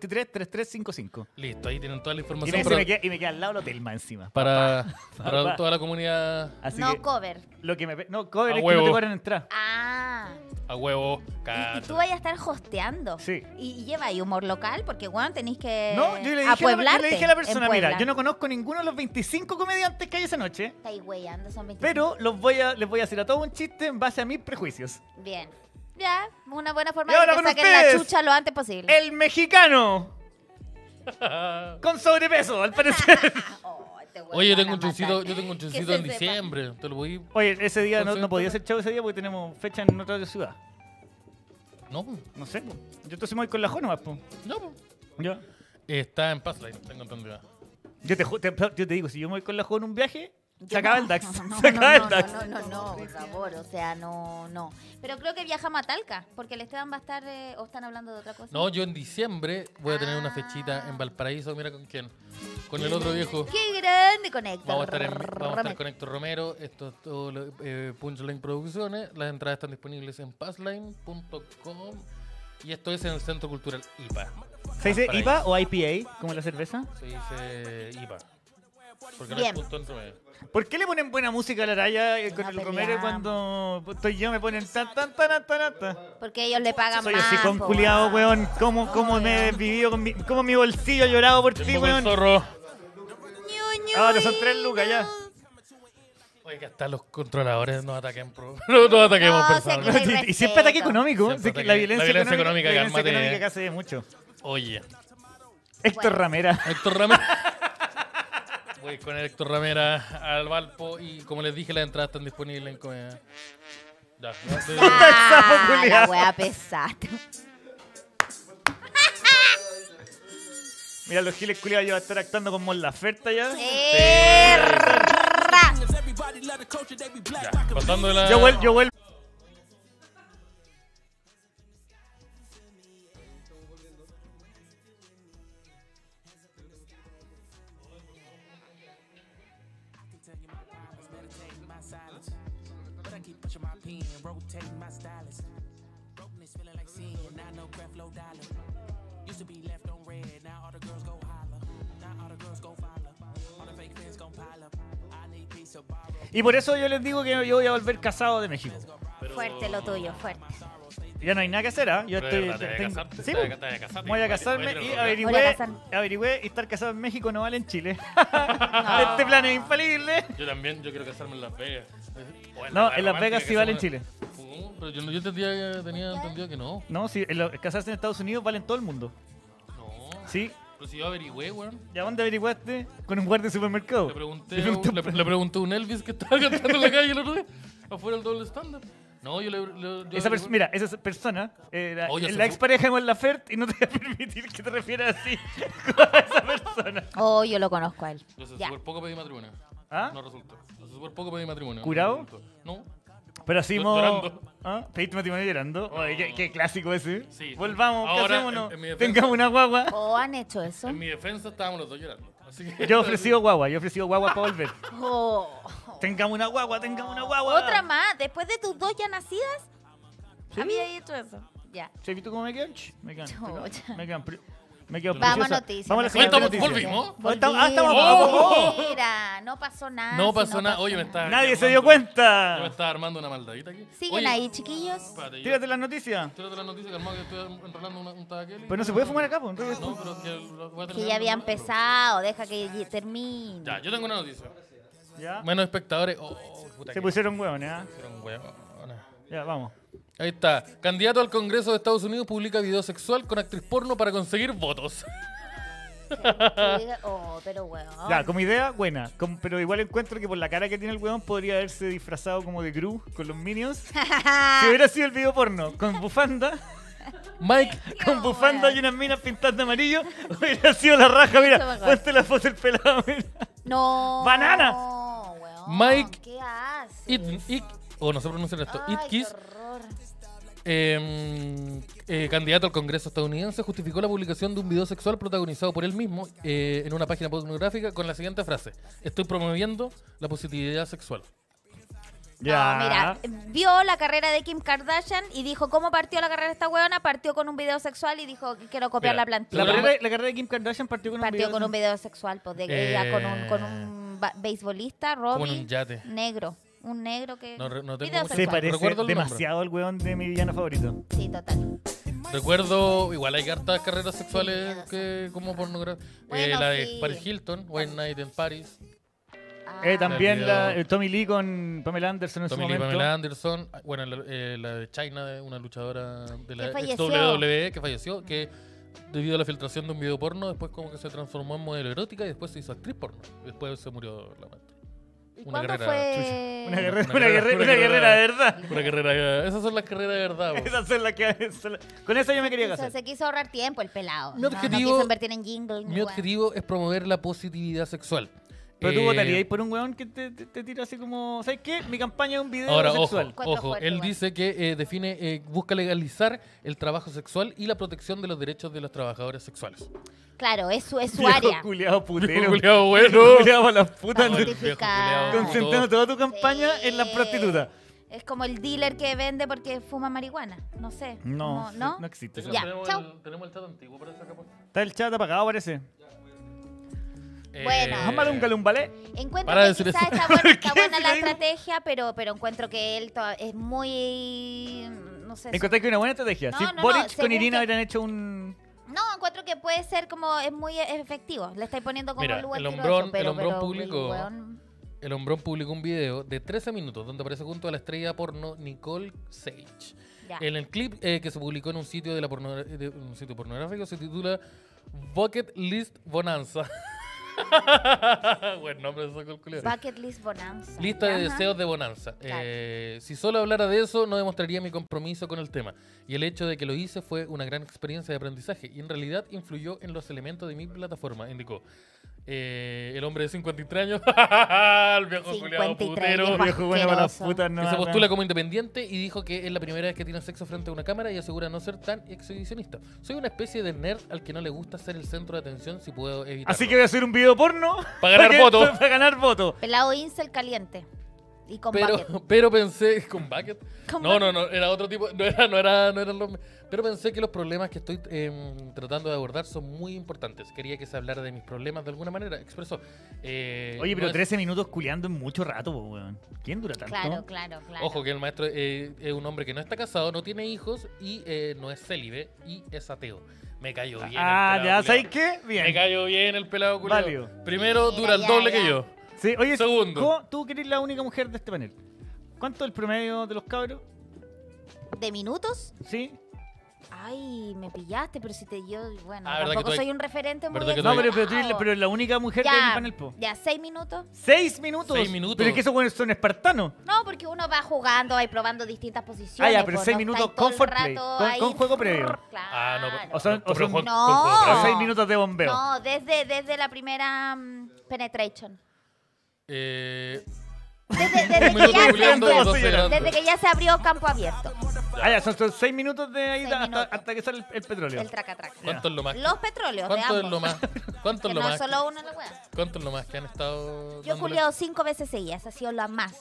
553-423-3355.
Listo, ahí tienen toda la
Y
información
me, se
para,
me queda, y me queda al lado el hotel más encima.
para, para
papá.
toda la comunidad
Así
no
que
cover.
lo que me... pe- No, cover
A
es que
huevo.
no te cobran entrar.
Ah.
a huevo.
Y, y
cacha.
tú vayas a estar hosteando.
Sí.
Y, y lleva ahí humor local, porque, bueno, tenéis que
No, yo le dije, a la- yo
apueblarte
le dije a la
Eh, en
persona,
Puebla.
mira, yo no conozco ninguno de los 25 comediantes que hay esa noche,
Estáis weyando, son 25.
pero los voy a, les voy a hacer a todos un chiste en base a mis prejuicios.
Bien. Ya, una buena forma
Y
de
ahora
que
con
saquen
ustedes,
la chucha lo antes posible.
El mexicano. Con sobrepeso, al parecer.
Oh, este weón
Oye, yo
lo
tengo un
van a matar.
chuncito, yo tengo un
Que
chuncito
se
en
sepa.
diciembre. Te lo voy.
Oye, ese día no, no
Concierto.
podía hacer chavo ese día porque tenemos fecha en otra ciudad.
No,
No sé, po. yo entonces me voy con la J nomás, po.
no.
Yo.
Está en Passline, tengo entendido.
Yo te, ju- te- yo te digo, si yo me voy con la J en un viaje,
Yo
se acaba
no,
el DAX.
no, no,
se
no,
acaba
no,
el DAX.
No, no, no, no, por favor, o sea, no, no. Pero creo que viajamos a Talca, porque el Esteban va a estar, eh, o están hablando de otra cosa.
No, yo en diciembre voy a tener una fechita en Valparaíso. Mira con quién. Con el otro viejo.
¡Qué grande conecta!
Vamos a estar, en, vamos a estar con Héctor Romero. Esto es todo lo- eh, Punchline Producciones. Las entradas están disponibles en passline.com. Y esto es en el Centro Cultural IPA.
¿Se dice
Valparaíso.
IPA o IPA, como la cerveza?
Se dice IPA. Porque no hay
Bien.
punto entre medio.
¿Por qué le ponen buena música a la raya eh, con
No
el Romero
peleamos.
cuando estoy yo me ponen tan tan tan tan tan tan?
Porque ellos le pagan
Soy
más.
así con
po,
culiado,
weón.
weón. ¿Cómo, cómo me he vivido con mi, cómo mi bolsillo ha llorado por ti,
Un poco el
weón?
zorro.
Ñu,
Ahora
ñu,
son tres lucas ya.
Oye, que hasta los controladores nos ataquen, pro. No nos ataquemos,
No,
personas.
si aquí-
Y- Y,
respeto.
siempre ataque económico.
Siempre
Así que
ataque-
la violencia,
la violencia
económica,
económica,
la violencia
cálmate.
económica acá se ve mucho.
Oye,
Héctor Ramera.
Héctor Ramera. Voy con el Héctor Ramera al Valpo y como les dije, las entradas están disponibles en Comedia. Ya, ya, estoy-
sapo
Ah, la
culiao.
weá pesada.
Mira, los giles culiados ya van a estar actuando con Mon Laferte ya.
Erra.
ya, pasando de la.
Yo vuelvo, yo vuelvo.
meditating my silence. But I keep pushing my pen, rotating my stylus. Brokenness feeling like sin, now no breath, low dollar. Used to be left on red, now all the girls go holler. Now all the girls go follow. All the fake fans gon' pile up. I need peace of borrow.
Y por eso yo les digo que yo voy a volver casado de México.
Fuerte lo tuyo, fuerte.
Ya no hay nada que hacer, ¿ah? Yo
Pero,
estoy.
¿te vas a
tengo-
casarte?
Sí,
¿Te vas a-
pues.
te vas a casarte?
Voy a
Vale,
casarme
vale,
y
vale.
Voy a
averigüé,
casarme.
averigüé y estar casado en México no vale en Chile. Este plan es infalible.
Yo también, yo quiero casarme en Las Vegas.
No,
O la
en Las Vegas
romántica,
sí vale en
que se
Chile.
pone- Uh, pero yo, no- yo entendía- tenía entendido que no.
No, si en lo- casarse en Estados Unidos vale en todo el mundo.
No.
¿Sí?
Pero si yo averigüé, weón.
¿Y a dónde averiguaste? Con un guardia de supermercado.
Le pregunté, a un- le, le pregunté a un Elvis que estaba cantando en la calle el otro día. Afuera el doble estándar. No, yo le. le- yo
Esa pers-
averigüé.
mira, esa persona era
Oye,
es
se
la
fu-
expareja de Mon Laferte y no te voy a permitir que te refieras así a esa persona.
Oh, yo lo conozco a él.
Yo hace
Ya.
súper poco pedí matrimonio.
¿Ah?
No resultó. Hace súper poco pedí matrimonio. no
¿Curado?
resultó. No.
Pero así mo-
Llorando.
¿Ah? ¿Pediste matrimonio llorando? Oye, qué, qué clásico ese.
Sí.
Volvamos,
Ahora,
casémonos,
en- en mi defensa-
tengamos una guagua.
¿O Oh, han hecho eso?
En mi defensa estábamos los dos llorando. Así que
Yo he ofrecido guagua, yo he ofrecido guagua para volver.
Oh.
Tengamos una Ah, guagua, tengamos una guagua.
Otra más, después de tus dos ya nacidas, había hecho eso. Ya.
¿Se visto cómo me quedan? Ch, Me quedan. me quedan-
Chucha.
Me quedan. pri- Me quedan
Vamos a
preciosas.
noticias,
Vamos a la
noticias.
siguiente
Estamos-
noticia.
volvimos.
Volta- ah, estamos-
Volvimos.
¡Oh!
Mira, Ah, no pasó nada.
No
si
pasó nada. Oye, me está.
Nadie
armando-
se dio
Yo me
cuenta.
estaba armando una maldadita aquí.
Siguen
Oye,
ahí, chiquillos.
Espérate, yo-
Tírate las noticias.
Tírate la noticia, calmado, que estoy enrolando una- un tabaquele.
Pero no se puede fumar acá, pues. entonces-
No, pero que lo voy a
Que
terminar.
ya había empezado, deja que ye- termine.
Ya, yo tengo una noticia.
Ya.
Menos espectadores. Oh, puta
Se
que-
pusieron huevones, ¿ah?
Fueron huevones.
Ya, vamos.
Ahí está. Candidato al Congreso de Estados Unidos publica video sexual con actriz porno para conseguir votos.
Tú digas, Oh, pero weón.
Ya, como idea, buena. Com- pero igual encuentro que por la cara que tiene el huevón podría haberse disfrazado como de Gru con los minions. si hubiera sido el video porno con bufanda,
Mike,
con bufanda
weón.
y unas minas pintadas de amarillo, hubiera sido la raja.
Mucho
Mira,
mejor.
ponte la foto del pelado. Mira.
No.
¡Bananas!
No, weón.
Mike-
¿Qué haces?
It, It- o no sé pronunciar esto,
Ay, qué
Itkiss,
horror.
eh, eh, candidato al Congreso estadounidense, justificó la publicación de un video sexual protagonizado por él mismo eh, en una página pornográfica con la siguiente frase: Estoy promoviendo la positividad sexual.
No, mira, vio la carrera de Kim Kardashian y dijo cómo partió la carrera de esta weona. Partió con un video sexual y dijo que quiero copiar
Mira,
la plantilla.
La carrera, la carrera de Kim Kardashian partió con un
partió
video.
con un video sexual, pues, de que ella con un,
Eh.
con un ba- beisbolista, Robbie.
Como en un yate.
Negro. Un negro que.
No re- no tengo
video
mucho-
Se
sexual.
parece
Recuerdo el nombre.
demasiado al huevón de mi villano favorito.
Sí, total.
Recuerdo, igual hay hartas carreras sexuales que como pornografía. eh,
Bueno,
la de
sí.
Paris Hilton, One Night in Paris,
Ah,
Eh, también
video.
la, el Tommy Lee con Pamela Anderson en
Tommy
su
Lee,
momento.
Pamela Anderson, bueno, la, eh, la de China, de una luchadora de la
Que falleció.
WWE que falleció, que debido a la filtración de un video porno, después como que se transformó en modelo erótica y después se hizo actriz porno. Después se murió la madre.
¿Y
una
cuándo
carrera,
fue?
Una guerrera,
Una
una guerrera,
guerrera,
una guerrera de verdad.
Una carrera, eh, esas son las carreras de verdad. po.
Esas son las que. son las- Con eso yo me quería
O sea,
casar.
se quiso ahorrar tiempo el pelado.
Mi
No,
objetivo-
no quiso invertir en jingle. ni
Mi
weá.
objetivo es promover la positividad sexual.
Pero tú
Eh,
votarías por un weón que te, te- te tira así como. ¿Sabes qué? Mi campaña es un video
Ahora,
sexual.
ojo,
Cuatro
ojo.
fuertes,
Él
igual.
dice que eh, define, eh, busca legalizar el trabajo sexual y la protección de los derechos de los trabajadores sexuales.
Claro, es su, es su
Viejo
área.
culiao putero.
Culeado bueno.
Viejo culiao a las putas.
Vamos.
Viejo
Justificado.
culeado, como
Concentrando
todo.
toda tu campaña en las
Sí.
prostitutas.
Es como el dealer que vende porque fuma marihuana. No sé.
No,
Como- ¿no?
no existe. eso.
Ya,
Tenemos
chau.
el- Tenemos el chat antiguo, parece acá. pues. por-
Está el chat apagado,
Eh.
parece.
Bueno.
Eh,
Ámale un galumbalé.
Encuentro
Para de
que
decir eso.
quizás está buena, está
¿Qué?
buena
Si
la
lo digo.
estrategia, pero, pero encuentro que él toda- es muy... No sé.
Encontré que una buena estrategia.
No,
si
no, no,
Boric con
según
Irina
que-
hubieran hecho un.
No, encuentro que puede ser como... Es muy efectivo. Le estáis poniendo como
Mira,
lugar
el
tiroso,
hombrón-
pero,
el hombrón
pero
publicó-
weón-
El hombrón publicó un video de 13 minutos donde aparece junto a la estrella porno Nicole Sage.
ya.
En el clip eh, que se publicó en un sitio de la porno- de un sitio pornográfico se titula Bucket List Bonanza. Buen nombre de ese culiao.
Bucket List Bonanza.
Lista de
Ajá.
deseos de bonanza.
Claro.
Eh, si solo hablara de eso, no demostraría mi compromiso con el tema. Y el hecho de que lo hice fue una gran experiencia de aprendizaje y en realidad influyó en los elementos de mi plataforma, indicó. Eh, el hombre de 53 años, el viejo culiado
53
putero,
viejo
Viejo bueno para las
Asqueroso.
putas. No,
que se
no.
postula como independiente y dijo que es la primera vez que tiene sexo frente a una cámara y asegura no ser tan exhibicionista. Soy una especie de nerd al que no le gusta ser el centro de atención si puedo evitarlo.
Así que voy a hacer un video porno.
Para ganar
que-
votos.
Para ganar votos.
Pelado Incel caliente. Y con Bucket.
pero, pero pensé con bucket.
Con
no, no, no, era otro tipo, no era, no era, no eran los. Pero pensé que los problemas que estoy em, tratando de abordar son muy importantes. Quería que se hablara de mis problemas de alguna manera. Expresó. eh,
Oye, pero
no es-
13 minutos culeando en mucho rato, po, weón. ¿Quién dura tanto?
Claro, claro, claro.
Ojo que el maestro eh, es un hombre que no está casado, no tiene hijos y eh, no es célibe y es ateo. Me cayó bien. el
Ah, ya,
pelado culiao.
¿sabes qué? Bien.
Me cayó bien el pelado culiao.
Válido.
Primero
Mira,
dura el
ya,
doble
ya.
que yo.
Sí, oye,
Segundo.
¿cómo- tú que eres la única mujer de este panel. ¿Cuánto es el promedio de los cabros?
¿De minutos?
¿Sí?
Ay, me pillaste, pero si te yo, bueno,
Ah, ¿verdad que
tampoco
tú hay-
soy un referente muy
verdad que tú
No,
hay-
pero, pero tú eres la-
elevado.
pero eres la única mujer de mi
ya,
panel, po.
ya, seis minutos.
¡Seis minutos!
Seis minutos.
Pero es que esos weones son espartanos.
No, porque uno va jugando, ahí probando distintas
Ah,
posiciones.
ya, pero
po,
seis
no
minutos
estáis todo
con
el
foreplay,
rato
con-
ahí,
con juego previo.
Claro.
Ah, no.
O sea,
pero
o sea,
con- con
no.
juego previo.
O seis minutos de bombeo.
No, desde, desde la primera mm, penetration.
Eh,
Desde, desde
Un
que
minuto
ya se
googleando,
abrió,
dos
desde
segundos.
que ya se abrió campo abierto.
Ah, ya, son, son seis minutos de ahí
Seis
hasta,
minutos.
hasta que sale el, el petróleo.
El traca traca.
¿Cuánto es lo más?
Los petróleos. de
¿Cuánto es
ambos.
lo más? ¿Cuánto
Que
es lo
no es
más?
solo uno en la wea.
¿Cuánto es lo más que han estado
Yo he
dándole?
culiado cinco veces seguidas, ha sido la más.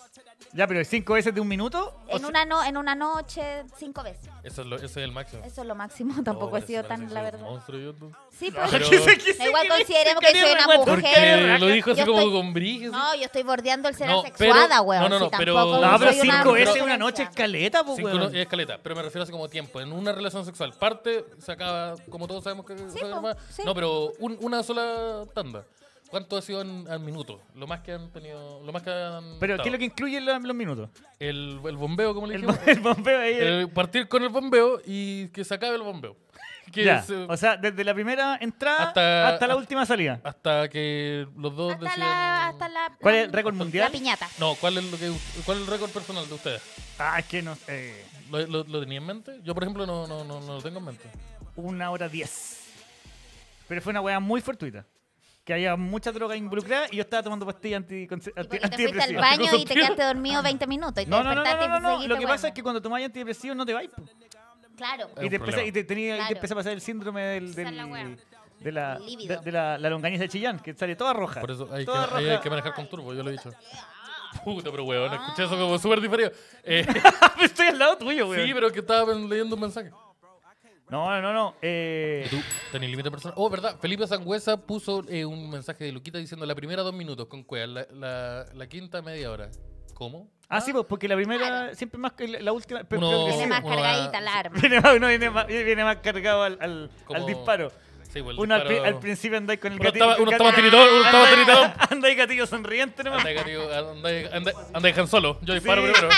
Ya, pero cinco veces de un minuto. o
En
sea-
una, no, en una noche, cinco veces.
Eso es, lo- ese es el máximo.
Eso es lo máximo, tampoco
Oh,
he sido
parece- parece
tan, la
un
verdad.
monstruo, yo no-
Sí, pues.
pero-
¿Qué se- qué se-
Igual
qué-
consideremos
qué
que soy una
mierda,
mujer.
Porque Eh, lo dijo así
Yo
como
estoy-
con brillo. así.
No, yo estoy bordeando el ser
No,
asexuada,
pero-
weón.
no, no,
sí,
no, pero-
tampoco
No, pero
soy una
cinco
mujer
veces una noche
referencia.
escaleta, pues,
Cinco
weón.
no- es caleta, pero me refiero así como tiempo. En una relación sexual, parte, se acaba, como todos sabemos que.
Sí,
sabemos
po,
más.
sí.
No, pero un- una sola tanda. ¿Cuánto ha sido en, al minuto? Lo más que han tenido. Lo más que han.
Pero, ¿qué es
estado.
lo que incluye la- los minutos?
el, el bombeo, como le
El,
dijimos.
el bombeo ahí. el-
El partir con el bombeo y que se acabe el bombeo. Que
ya.
se-
O sea, desde la primera entrada hasta,
Hasta-
la
hasta-
última salida.
hasta que los dos
Hasta
decidan-
la, hasta la.
¿Cuál es el récord
La
mundial?
piñata.
No, ¿cuál es, lo que, ¿cuál es el récord personal de ustedes?
Ah, es que no. eh,
¿Lo, lo, lo tenía en mente? Yo, por ejemplo, no, no, no, no lo tengo en mente.
una hora diez. Pero fue una weá muy fortuita. Que había mucha droga involucrada y yo estaba tomando pastillas anticonce-
Y
anti-
porque te fuiste al
antidepresivas.
baño y te
Anticonceptiva.
quedaste dormido 20 minutos. Y te
No, no, no, no,
despertaste y
no, no,
seguiste,
Lo que
weón.
pasa es que cuando tomáis antidepresivos no te vais. po. Y
Es
Claro.
un
te, empieza,
problema.
y, te tenía, y te
Claro.
empieza a pasar el síndrome del,
Esa es la
del-
wea.
de la,
El
de,
líbido.
de la, la longaniza de Chillán, que sale toda roja.
Por eso hay que,
toda
ahí
roja.
hay que manejar con turbo, yo lo he dicho.
Ah.
Puta, pero weón, escuché eso como súper diferido. Eh,
Estoy al lado tuyo, Ah. weón.
sí, pero que estaba leyendo un mensaje.
No, no, no, no. Eh,
¿Tú tenés límite personal? Oh, verdad, Felipe Sangüesa puso eh, un mensaje de Luquita diciendo la primera dos minutos con cueva, la, la, la quinta media hora. ¿Cómo?
ah, sí, pues porque la primera siempre más que la, la última. pero-
Uno-
pero que
Viene
sí,
más
pues.
uno va-
cargadita la arma.
viene más, uno viene más, viene más cargado al, al,
Como-
al disparo.
Sí, pues, el
Uno al, pri-
disparo-
al principio andáis con el
Uno
gatillo.
estaba- uno
con
estaba
gatillo-
tiritón, uno estaba
andáis-
tiritón.
Andáis gatillo sonriente nomás.
Anda, Gativo, anda, anda, anda, dejan solo. Yo disparo
Sí.
primero.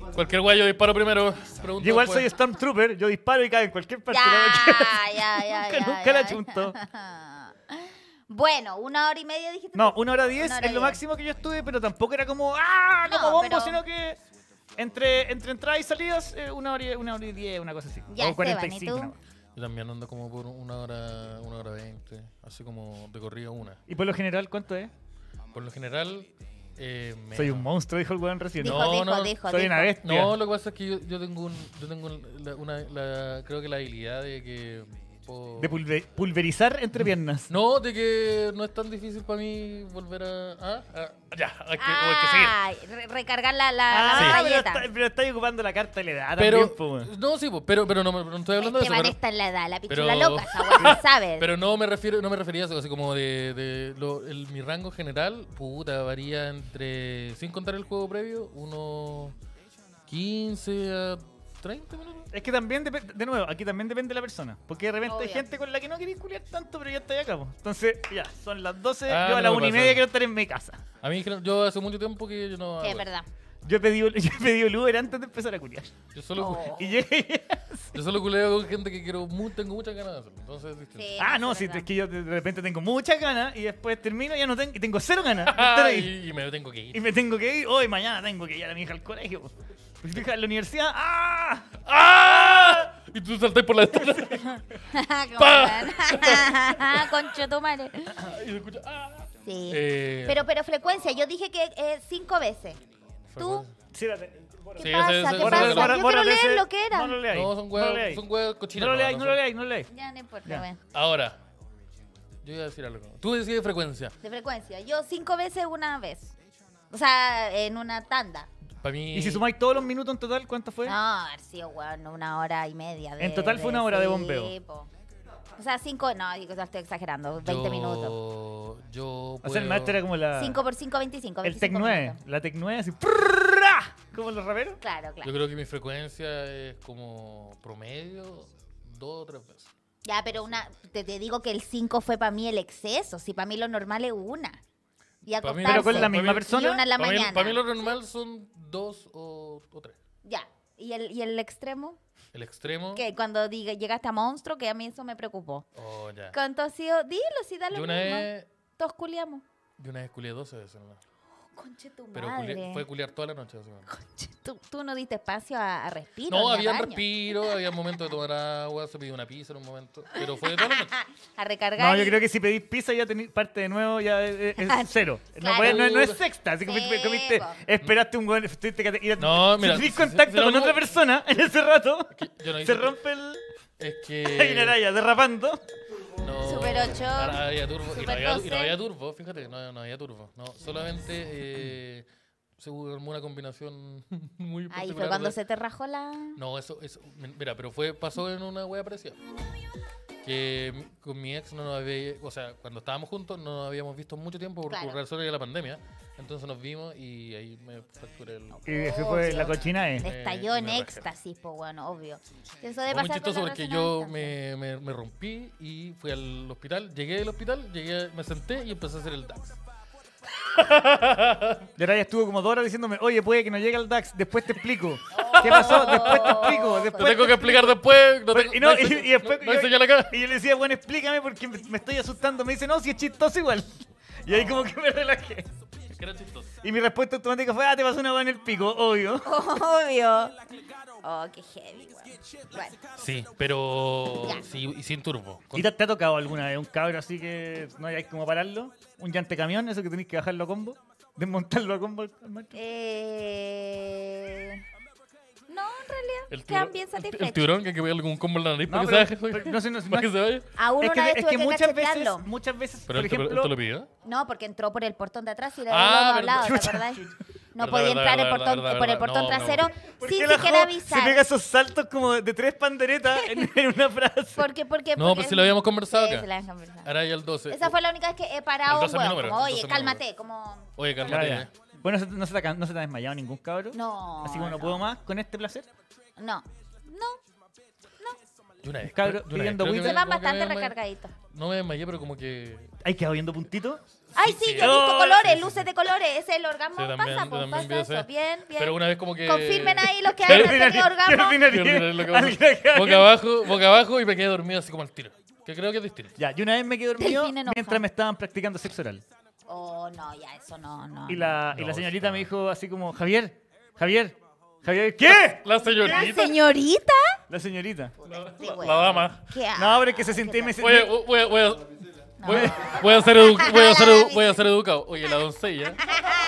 Sí.
Cualquier guay, yo disparo primero. Pregunto
Yo igual
después.
soy Stormtrooper, yo disparo y cae en cualquier parte.
Ya,
no me queda-
ya, ya,
Nunca,
ya,
nunca la
ya.
chuntó.
Bueno, una hora y media dijiste.
No,
tú.
una hora diez
Una hora
es lo
diez.
máximo que yo estuve, pero tampoco era como ¡ah! como
No,
bombo,
pero-
sino que entre, entre entradas y salidas, eh, una, hora y, una hora y diez, una cosa así.
Ya,
o
Esteban,
45.
¿y tú?
nomás.
Yo también ando como por una hora, una hora veinte. Así como de corrido una.
¿Y por lo general cuánto es?
Por lo general. Eh,
Soy un
menos.
monstruo, dijo el weón recién.
Dijo,
No,
dijo,
no,
dijo.
soy
dijo.
una bestia.
No, lo que pasa es que yo, yo tengo, un, yo tengo un- la, una, la- creo que la habilidad de que. puedo-
De pulve- pulverizar entre piernas.
No, de que no es tan difícil para mí volver a. ah, ah, ya, hay que, o hay que seguir.
Ah, re- recargar la, la, la
Ah, pero,
metralleta.
está, pero estáis ocupando la carta de la edad
Pero,
Ah, también, pues, po, weón.
no, sí, po, pero, pero no, me- no estoy hablando
Esteban
de eso. pero-
Este está en la edad, la
pero-
pichula loca, esa weá, se sabe.
Pero no me refiero, no me refería a eso, así como de, de lo- el- mi rango general, puta, varía entre, sin contar el juego previo, unos 15 a 30 minutos.
Es que también, depe- de nuevo, aquí también depende de la persona. Porque de repente hay
Obvio.
gente con la que no queréis culiar tanto, pero ya está acá, po. Entonces, ya, son las 12,
Ah,
yo a
no
las
me
1 y
pasa.
media quiero estar en mi casa.
A mí, creo- yo hace mucho tiempo que yo no...
Sí, es
hago
verdad.
Yo he pedido, yo he pedido el Uber antes de empezar a culiar.
eso. Yo solo,
Oh.
Y llegué.
yo solo culeo con gente que quiero, mu- tengo muchas ganas de hacerlo, entonces es distinto.
Sí,
Ah, no, si
sí, es
es
verdad.
que yo de de repente tengo muchas ganas y después termino y ya no tengo, y tengo cero ganas. de estar
Ah,
ahí.
y, y me tengo que
Y
ir.
me tengo que ir. Hoy, mañana tengo que ir a mi hija al colegio. po. Pues mi hija en la universidad. ¡Ah!
¡Ah! Y tú saltás por la ventana
Ah, Como
Pa.
weón. Concho tu madre.
y se escucha... ¡Ah!
Sí.
Eh,
Pero, pero frecuencia, yo dije que eh, cinco veces.
fue
¿Tú?
bueno.
Sí, date.
Sí,
¿Qué
ese-
pasa?
ese-
¿Qué
ese-
pasa?
ese-
Yo quiero leer lo que era.
No lo leáis.
No, son
lo
huevos,
leáis.
son huevos cochinos.
No lo
no,
leáis, no
no son-
lo leáis, no lo leáis.
Ya no importa,
Ya.
weón.
Ahora, yo iba a decir algo. Tú decides frecuencia.
De frecuencia. Yo cinco veces una vez. O sea, en una tanda.
Para mí.
Y si sumáis todos los minutos en total, ¿cuánto fue?
No, haber sido, weón, una hora y media. de-
En total fue una hora de
sí,
bombeo.
po. O sea, cinco, no, digo, ya estoy exagerando, 20
yo- Ah.
minutos.
Yo.
o sea, el maestro era como la.
5 por 5, 25.
el
25
Tec 9.
minutos.
La Tec 9 así. prrrra, Como los raperos.
Claro, claro.
Yo creo que mi frecuencia es como promedio dos o tres veces.
Ya, pero una, te, te digo que el 5 fue para mí el exceso. Si para mí lo normal es una. Y
Pa' mí-
acostarse.
Pero con la
Pa' mí-
misma
Y una
persona.
en la
Para mí,
mañana.
pa' mí lo normal son dos o, o tres.
Ya. ¿Y el, ¿Y el extremo?
El extremo.
Que cuando diga, llegaste a monstruo, que a mí eso me preocupó.
Oh, ya.
¿Cuánto ha sido? Dilo, si da lo
Yo
mismo.
una vez.
Todos culiamos.
Yo una vez culié 12 veces. ¿no?
Conche tu
Pero
madre.
culia- fue culiar toda la noche. básicamente.
Conche, tú, tú no diste espacio a, a respiro.
No,
ni a
había
baño.
respiro, había momentos de tomar agua, se pidió una pizza en un momento. Pero fue toda la noche.
Ah, A recargar.
No, yo creo que si pedís pizza ya tenéis parte de nuevo, ya es, es cero. No,
Claro.
puedes- no, no es sexta. Así que
Sí,
comiste, comiste-
po.
esperaste un buen. Tuviste que ir a-
No, mira,
Si
si-
tenés
si-
contacto
si lo
con
mismo-
otra persona en ese rato,
Yo no hice- Eh.
se rompe el.
Es
Hay una
que.
araya derrapando.
Oh,
No,
Super ocho,
ahora había turbo, y, no
super
había, y no
12.
había turbo, fíjate, no, no había turbo. No, solamente eh, se armó una combinación muy
Ahí fue
particular
cuando
de-
se te rajó la.
No, eso, eso. Mira, pero fue, pasó en una wea parecida. Que mi- con mi ex no nos había. O sea, cuando estábamos juntos no nos habíamos visto en mucho tiempo por,
Claro.
por razones de la pandemia. Entonces nos vimos y ahí me fracturé el.
Y eso fue la cochina, eh.
Estalló en
me rajé.
éxtasis, pues bueno, obvio. Eso de
Fue
pasar
muy chistoso
cosas
porque
relacionadas
yo
a
me, me, me rompí y fui al hospital. Llegué al hospital, llegué, me senté y empecé a hacer el DAX.
Y ahora ya estuvo como dos horas diciéndome, oye, puede que no llegue al DAX, después te explico. ¿Qué pasó? Después te explico.
Pues,
Lo
Después
tengo que explicar después. No
Pero-
tengo,
y, no, y,
hay señal-
y después
no-
yo-
no hay señal acá.
y yo le decía, bueno, explícame porque me, me estoy asustando. Me dice, no, si es chistoso igual. Y ahí como que me relajé.
Que era chistoso.
Y mi respuesta automática fue, ah, te pasó una hueá en el pico, obvio.
Obvio. Oh, qué heavy, weón. Bueno,
Sí, pero
Ya.
sí, y sin turbo. Con-
¿Y te, te ha tocado alguna vez un cabro así que no hay como pararlo? ¿Un llante camión, eso que tenéis que bajarlo a combo? ¿Desmontarlo a combo al- al maestro?
eh... No, en realidad.
El
quedan
tiburón-
bien
el-
satisfechos.
El tiburón que hay que pegarle con un combo en la nariz
No,
para
pero-
que se baje.
pero no sé, no sé,
para que
no-
se vaya.
A uno
es que,
una vez
es
tuve
que muchas veces,
cachetearlo.
muchas veces,
Pero
por
él te,
ejemplo,
te lo pidió.
No, porque entró por el portón de atrás y le
Ah,
habíamos
verdad.
hablado, ¿te
Chucha.
acordás? No
Verdad,
podía
verdad,
entrar el
verdad,
portón,
verdad,
por el
verdad.
portón
No, no.
trasero
¿por
sin
qué la jo-
siquiera
se pega
avisar.
esos saltos como de tres panderetas en, en una frase?
Porque, porque,
No,
porque-
pero si lo habíamos conversado
Sí,
acá.
sí lo habíamos conversado.
Ahora ya el 12.
Esa fue la única vez que he
El
parado un
dos es mi
huevo.
número,
como,
el dos
oye,
es mi número".
cálmate, como...
Oye,
Ya,
cálmate.
ya. Bueno, no se, te, ha- no se te ha desmayado ningún cabro.
No,
Así como no
no.
puedo más con este placer.
No, no,
Yo una vez.
Cabro,
creo- yo una vez
pidiendo
creo que
whisky.
me-
se van
como que me
bastante
desmayé.
recargaditos.
No me desmayé, pero como que.
¿Hay quedado viendo puntitos?
Ay, sí,
sí.
yo he visto
Oh,
colores,
sí, sí,
luces
sí.
de colores. Ese es el orgasmo.
Sí, también,
pasa, pues,
también vi
pasa
ese.
eso. Bien, bien.
Pero una vez como que.
Confirmen ahí los que
¿Qué
han tenido
opinaría- qué
orgasmo.
opinaría
Quiero lo que
alguien
pasa.
que haga
Boca abajo, boca abajo y me quedé dormido así como al tiro. Que creo que es distinto.
Ya, yo una vez me quedé dormido
Delfín enojado.
mientras me estaban practicando sexo oral.
Oh, no, ya, eso no, no.
Y la, y
No,
la señorita
está.
me dijo así como, Javier, Javier, Javier, ¿qué?
La
¿La
señorita.
señorita?
La señorita.
Este
la-
huevo.
la dama.
Qué
No,
asco,
pero es que se sentía y me
Oye,
sentí.
o- voy a, voy a, voy a, voy a ser edu- voy a ser edu- voy a ser educado. Oye, la doncella.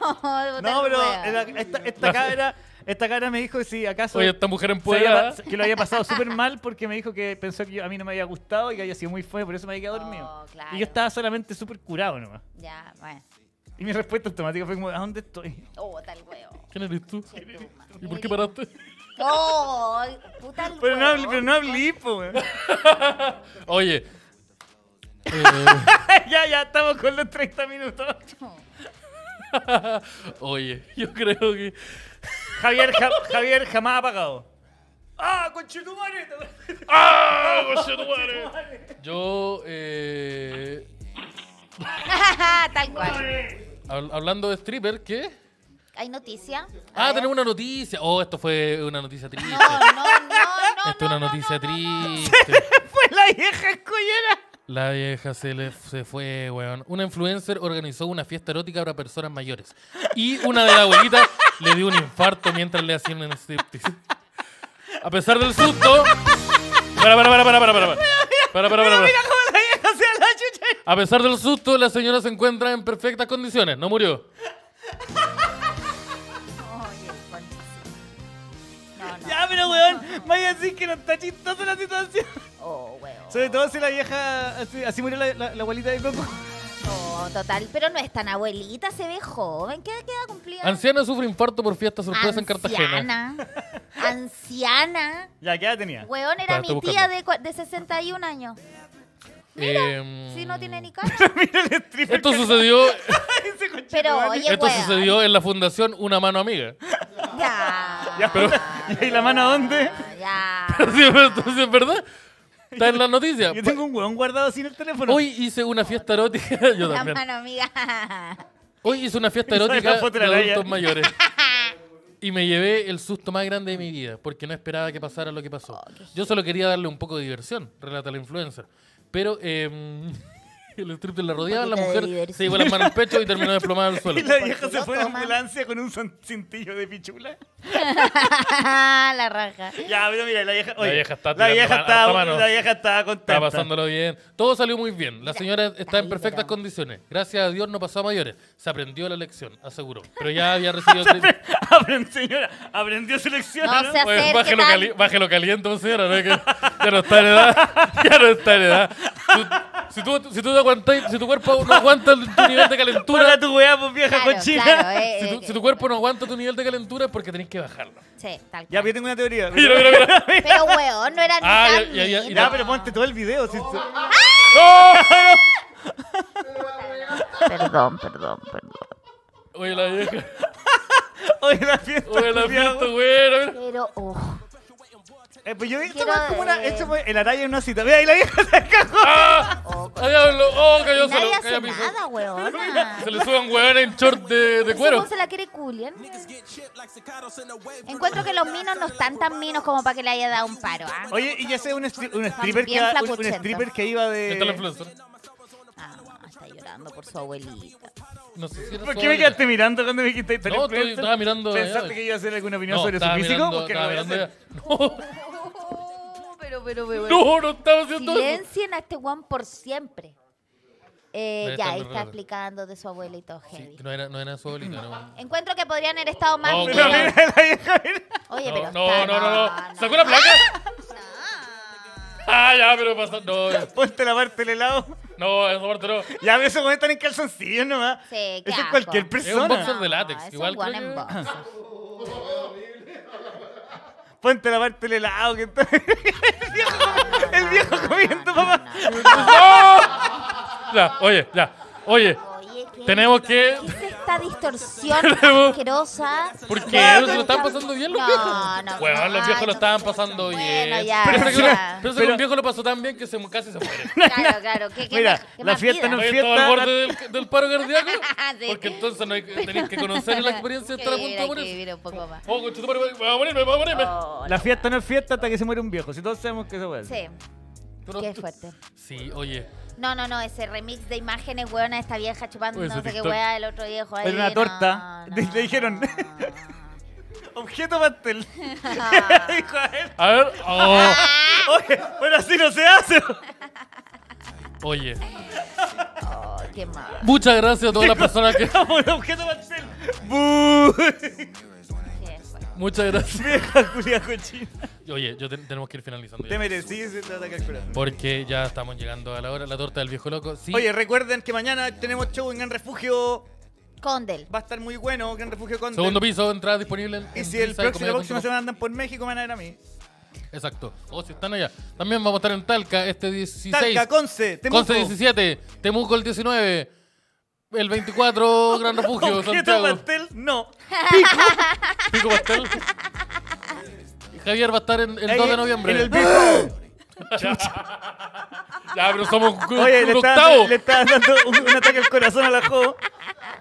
No,
No, pero
era...
era- esta, esta cabra, esta cabra me dijo que si acaso
Oye, esta mujer
se había
empoderada.
pas- que lo había pasado súper mal porque me dijo que pensó que yo- a mí no me había gustado y que había sido muy fuerte, por eso me había quedado dormido.
Oh, claro.
Y yo estaba solamente súper curado nomás.
Ya, bueno.
Y mi respuesta automática fue como, ¿a dónde estoy?
Oh, tal huevo.
¿Quién eres tú?
Chetuma.
¿Y por qué paraste?
Oh, puta el
Pero no,
huevo.
habl- pero no hablé, po, weón.
Oye. eh,
ya, ya, estamos con los 30 minutos.
oye, yo creo que.
Javier, ja- Javier jamás apagado. ¡Ah, conchetumare!
¡Ah! conchetumare! Yo, eh,
tal cual.
hab- hablando de stripper, ¿qué?
¿Hay noticia?
Ah,
A ver.
tenemos una noticia. Oh, esto fue una noticia triste.
No, no, no, no.
Esto es
no,
una
no,
noticia
no, no, no.
triste.
¡Fue la vieja escollera!
La vieja se, le, se fue, weón. Una influencer organizó una fiesta erótica para personas mayores. Y una de las abuelitas le dio un infarto mientras le hacían un striptease. A pesar del susto. Para, para, para, para, para, para. Para, para, para, para.
¡Mira cómo la vieja se da la chucha!
A pesar del susto, la señora se encuentra en perfectas condiciones. No murió.
Oye, concha. No, no.
Ya, pero weón, vaya a decir que no está chistosa la situación.
Oh, huevo.
Sobre todo si la vieja, así, así murió la, la, la abuelita de Coco.
Oh, total. Pero no es tan abuelita, se ve joven. ¿Qué queda cumplida?
Anciana sufre infarto por fiesta sorpresa en Cartagena.
Anciana. Anciana.
Ya, ¿qué edad tenía?
Weón
Espera,
era
estoy
mi tía
buscando.
de, cua- de 61 años.
Eh,
Sí, no tiene ni cara.
Mira el stripper.
Esto sucedió,
Ese conchetumare.
Pero, oye,
esto
weón.
sucedió en la fundación Una Mano Amiga.
Ya.
Ya, pero- ¿Y la mano a dónde?
Ya.
Sí, pero entonces, ¿verdad? Está en la noticia.
Yo tengo un weón guardado así en el teléfono.
Hoy hice una fiesta erótica. Yo
La
también.
mano, amiga.
Hoy hice una fiesta
Soy la
erótica
foto de
de
la Laia.
adultos mayores. Y me llevé el susto más grande de mi vida, porque no esperaba que pasara lo que
Oh,
pasó. Yo solo quería darle un poco de diversión, relata la influencer. Pero eh, El strip la rodeaba, la
poquito de
mujer se
diversión.
llevó las manos al pecho y terminó desplomada al suelo.
Y la vieja se
Porque
fue
no
en
toma.
ambulancia con un son- cintillo de pichula.
la raja.
Ya, pero mira, la vieja. oye,
vieja está
la
tirando
vieja
ma- harta
estaba,
mano.
la vieja estaba contenta.
Está pasándolo bien. Todo salió muy bien. La señora está en
ahí,
perfectas
pero-
condiciones. Gracias a Dios no pasó a mayores. Se aprendió la lección, aseguró. Pero ya había recibido... críticas.
Aprendió, señora, aprendió su lección.
No
¿no?
seas-
Oye,
Hacer, ¿qué
bájelo,
tal?
cali bájelo caliente, pues, señora. ¿no? Que ya no está en edad. Ya no está en edad. Tú- si, tú, si tú te aguantas, si tu cuerpo no aguanta tu nivel de
Hola
calentura,
tu weá, pues vieja
Claro,
cochina.
claro, eh,
si
eh,
tu, si tu cuerpo no aguanta tu nivel de calentura es porque tenés que bajarlo.
Sí, tal
Ya,
cual.
pero yo tengo una teoría.
Mira, mira, mira.
Pero, weón, no era ni
Ah,
tan
ya, ya, ya,
lindo.
Ya, pero ponte todo el video. si-
Perdón, perdón, perdón.
Oye, la vieja.
Oye, la fiesta.
Oye, la
culiao.
fiesta, güey. no, mira.
Pero, oh.
Eh, pues yo esto
Quiero
es como una.
ver.
Esto fue- el araya en una cita. Ve ahí la vieja se cagó.
¡Ah! ¡Ah, diablo! ¡Oh, cayó solo!
Nadie hace
cayó piso.
nada, weona.
Se le suben hueones en short de, de cuero.
¿Cómo se la quiere culiar?
Get chipped like cicadas in the wave.
Encuentro que los minos no están tan minos como para que le haya dado un paro, ¿ah?
Oye, y ya sé un, stri- un stripper que
bien
un- un,
flacuchento.
stripper que iba
Está la
de.
influencer.
Ah, está llorando por su abuelita.
No sé si era
¿Por
su
qué me
abuela.
quedaste mirando cuando me dijiste "Está la
No, estoy-
influencer"?
estaba mirando
¿Pensaste
allá.
que iba a hacer alguna opinión
No,
sobre su
estaba
físico?
mirando-
Porque
estaba
lo voy a hacer.
mirando allá.
Oh, Pero, pero, pero.
No, no, no estaba haciendo eso.
Silencien a este guan por siempre. Eh,
Debe
ya,
estar
ahí
muy
está
raro.
explicando de su abuela y todo
Sí,
heavy.
no era, no era su abuelita, no.
Encuentro que podrían haber estado más
No,
minos.
Pero mira, la vieja, mira.
Oye,
No,
pero.
no,
está-
no, no, no. ¿Sacó la placa? Ah, ya, pero pasa. No,
Ponte la parte del helado.
no, esa parte no.
Ya, pero esos güeyes están en calzoncillos nomás.
Sí, qué
Eso es
asco.
cualquier
Es un
persona.
boxer de látex.
No, es un
Igual
guan
creo
en
que-
boxer.
Ponte la parte del helado. Que está... el viejo, el viejo comiendo, papá.
Ya, oye, ya. Oye,
Oye, ¿qué-
tenemos que.
¿Qué es esta distorsión
Tenemos-
asquerosa?
¿Por qué?
No,
¿Se lo están pasando bien los
no,
viejos?
No,
Huevón, los
no,
viejos
ay,
lo
no,
estaban
mucho.
pasando bien.
Bueno, ya.
Pero eso que-
ya.
pero eso que
Pero-
un viejo lo pasó tan bien que se mu- casi se muere.
Claro, claro. ¿qué, qué
Mira,
más- qué
la
más
fiesta
vida?
no-
Oye, todo al borde del, del paro cardíaco.
Ah, Sí.
Porque entonces no hay, tenéis que conocer la experiencia de estar a
Que
punto de
vivir, hay que
morir.
vivir un poco más.
Oh, concha, tu madre, me voy a morirme, me voy a morirme.
Oh,
La fiesta no es fiesta hasta que se muere un viejo. Si todos sabemos que se muere.
Sí,
Pero-
qué fuerte.
Sí, oye.
No, no, no, ese remix de imágenes, weona, esta vieja chupando
Oye,
no
ese
sé qué
TikTok.
weá del otro viejo. Ahí,
Era una
no,
torta.
no,
Le- le dijeron. Objeto pastel. Dijo a él.
A ver. oh,
Oye, bueno, así no se hace.
oye.
Oh, qué mal.
Muchas gracias a todas las personas que.
Como un objeto pastel. Bu.
qué fuerte.
Muchas gracias.
Vieja culia cochina.
Oye, yo te- tenemos que ir finalizando.
Te
ya.
merecí ese ataque al corazón.
Porque ya estamos llegando a la hora. La torta del viejo loco. Sí.
Oye, recuerden que mañana tenemos show en Gran Refugio.
Condel.
Va a estar muy bueno, Gran Refugio con.
Segundo piso, entradas disponibles. en-
Y
en
si el
Risa de
próximo, la
Comedia
próxima
punto com.
semana andan por México, me van a ver a mí.
Exacto. O si están allá. También vamos a estar en Talca este 16.
Talca, Conce, Temuco.
Conce 17. Temuco el 19. El 24, Gran Refugio,
Objeto
Santiago.
pastel, no.
Pico Pastel. Y Javier va a estar en, el
Ahí,
2 de noviembre.
En el Big
Ya, pero somos un,
Oye,
un
le
octavo.
está, le está dando un, un ataque al corazón a la Jo.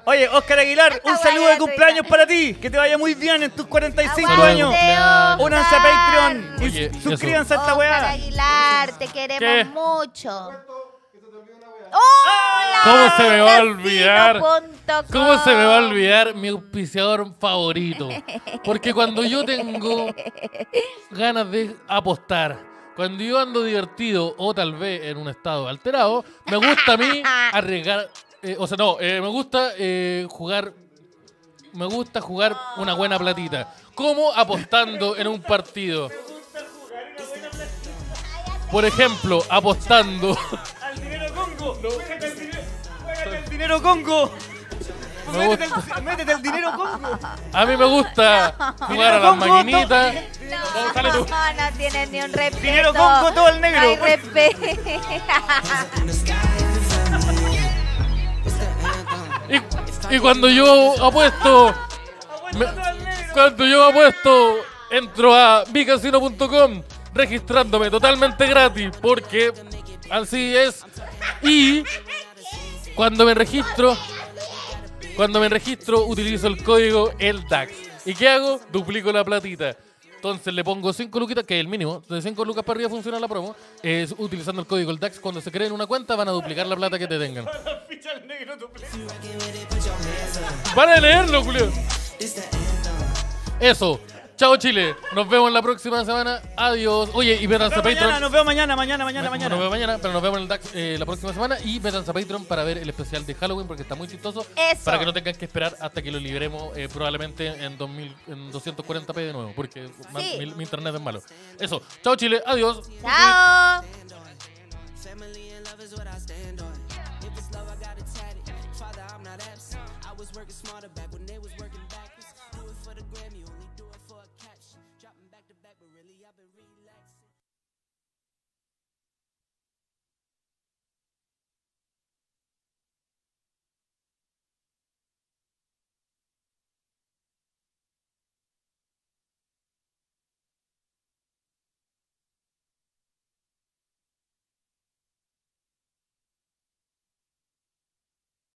Oye, Oscar Aguilar,
Esta
un saludo
guaya
de cumpleaños
tuya.
para ti. Que te vaya muy bien en tus 45
Aguante,
años.
años.
Oscar.
Únanse a Patreon y
Oye,
suscríbanse a esta
Oscar
weá.
Aguilar, te queremos
¿Qué?
mucho. ¡Hola!
¿Cómo se me va a olvidar?
casino.com.
¿Cómo se me va a
Ah.
olvidar mi auspiciador favorito? Porque cuando yo tengo ganas de apostar, cuando yo ando divertido o tal vez en un estado alterado, me gusta a mí arriesgar, eh, o sea, no, eh, me gusta eh, jugar, me gusta jugar una buena platita. Como apostando en un partido. Por ejemplo, apostando.
Al dinero Congo. Métete al dinero- juégate al dinero Congo.
Me
Métete al, métete al dinero Congo.
A mí me gusta jugar a las
Dinero con
maquinitas.
No,
Sale tú.
no tienes ni un respeto.
Dinero Congo, todo el negro.
No hay respeto.
Y, y cuando yo apuesto, me- cuando yo apuesto, entro a micasino.com registrándome totalmente gratis porque así es. Y cuando me registro, cuando me registro utilizo el código ELDAX. ¿Y qué hago? Duplico la platita. Entonces le pongo 5 luquitas, que es el mínimo. De 5 lucas para arriba funciona la promo. Es utilizando el código el DAX. Cuando se creen una cuenta, van a duplicar la plata que te tengan. Van a leerlo, Julio. Eso. Chao, Chile. Nos vemos la próxima semana. Adiós. Oye, y métanse a
Nos vemos mañana,
Patreon.
nos vemos mañana, mañana, mañana,
Ma-
mañana.
Nos vemos mañana, pero nos vemos en el DAX eh, la próxima semana y métanse a Patreon para ver el especial de Halloween porque está muy chistoso.
Eso.
Para que no tengan que esperar hasta que lo liberemos eh, probablemente en, 2000, en 240p de nuevo porque ma-
Sí.
mi, mi internet es malo. Eso. Chao Chile, adiós.
Chao.
Family and love is what I stand on. If it's love, I got it tatted. Father, I'm not absent. I was working smarter back when they was working backwards. Do it for the Grammy, only do it for a catch. Dropping back to back, but really I've been relaxing.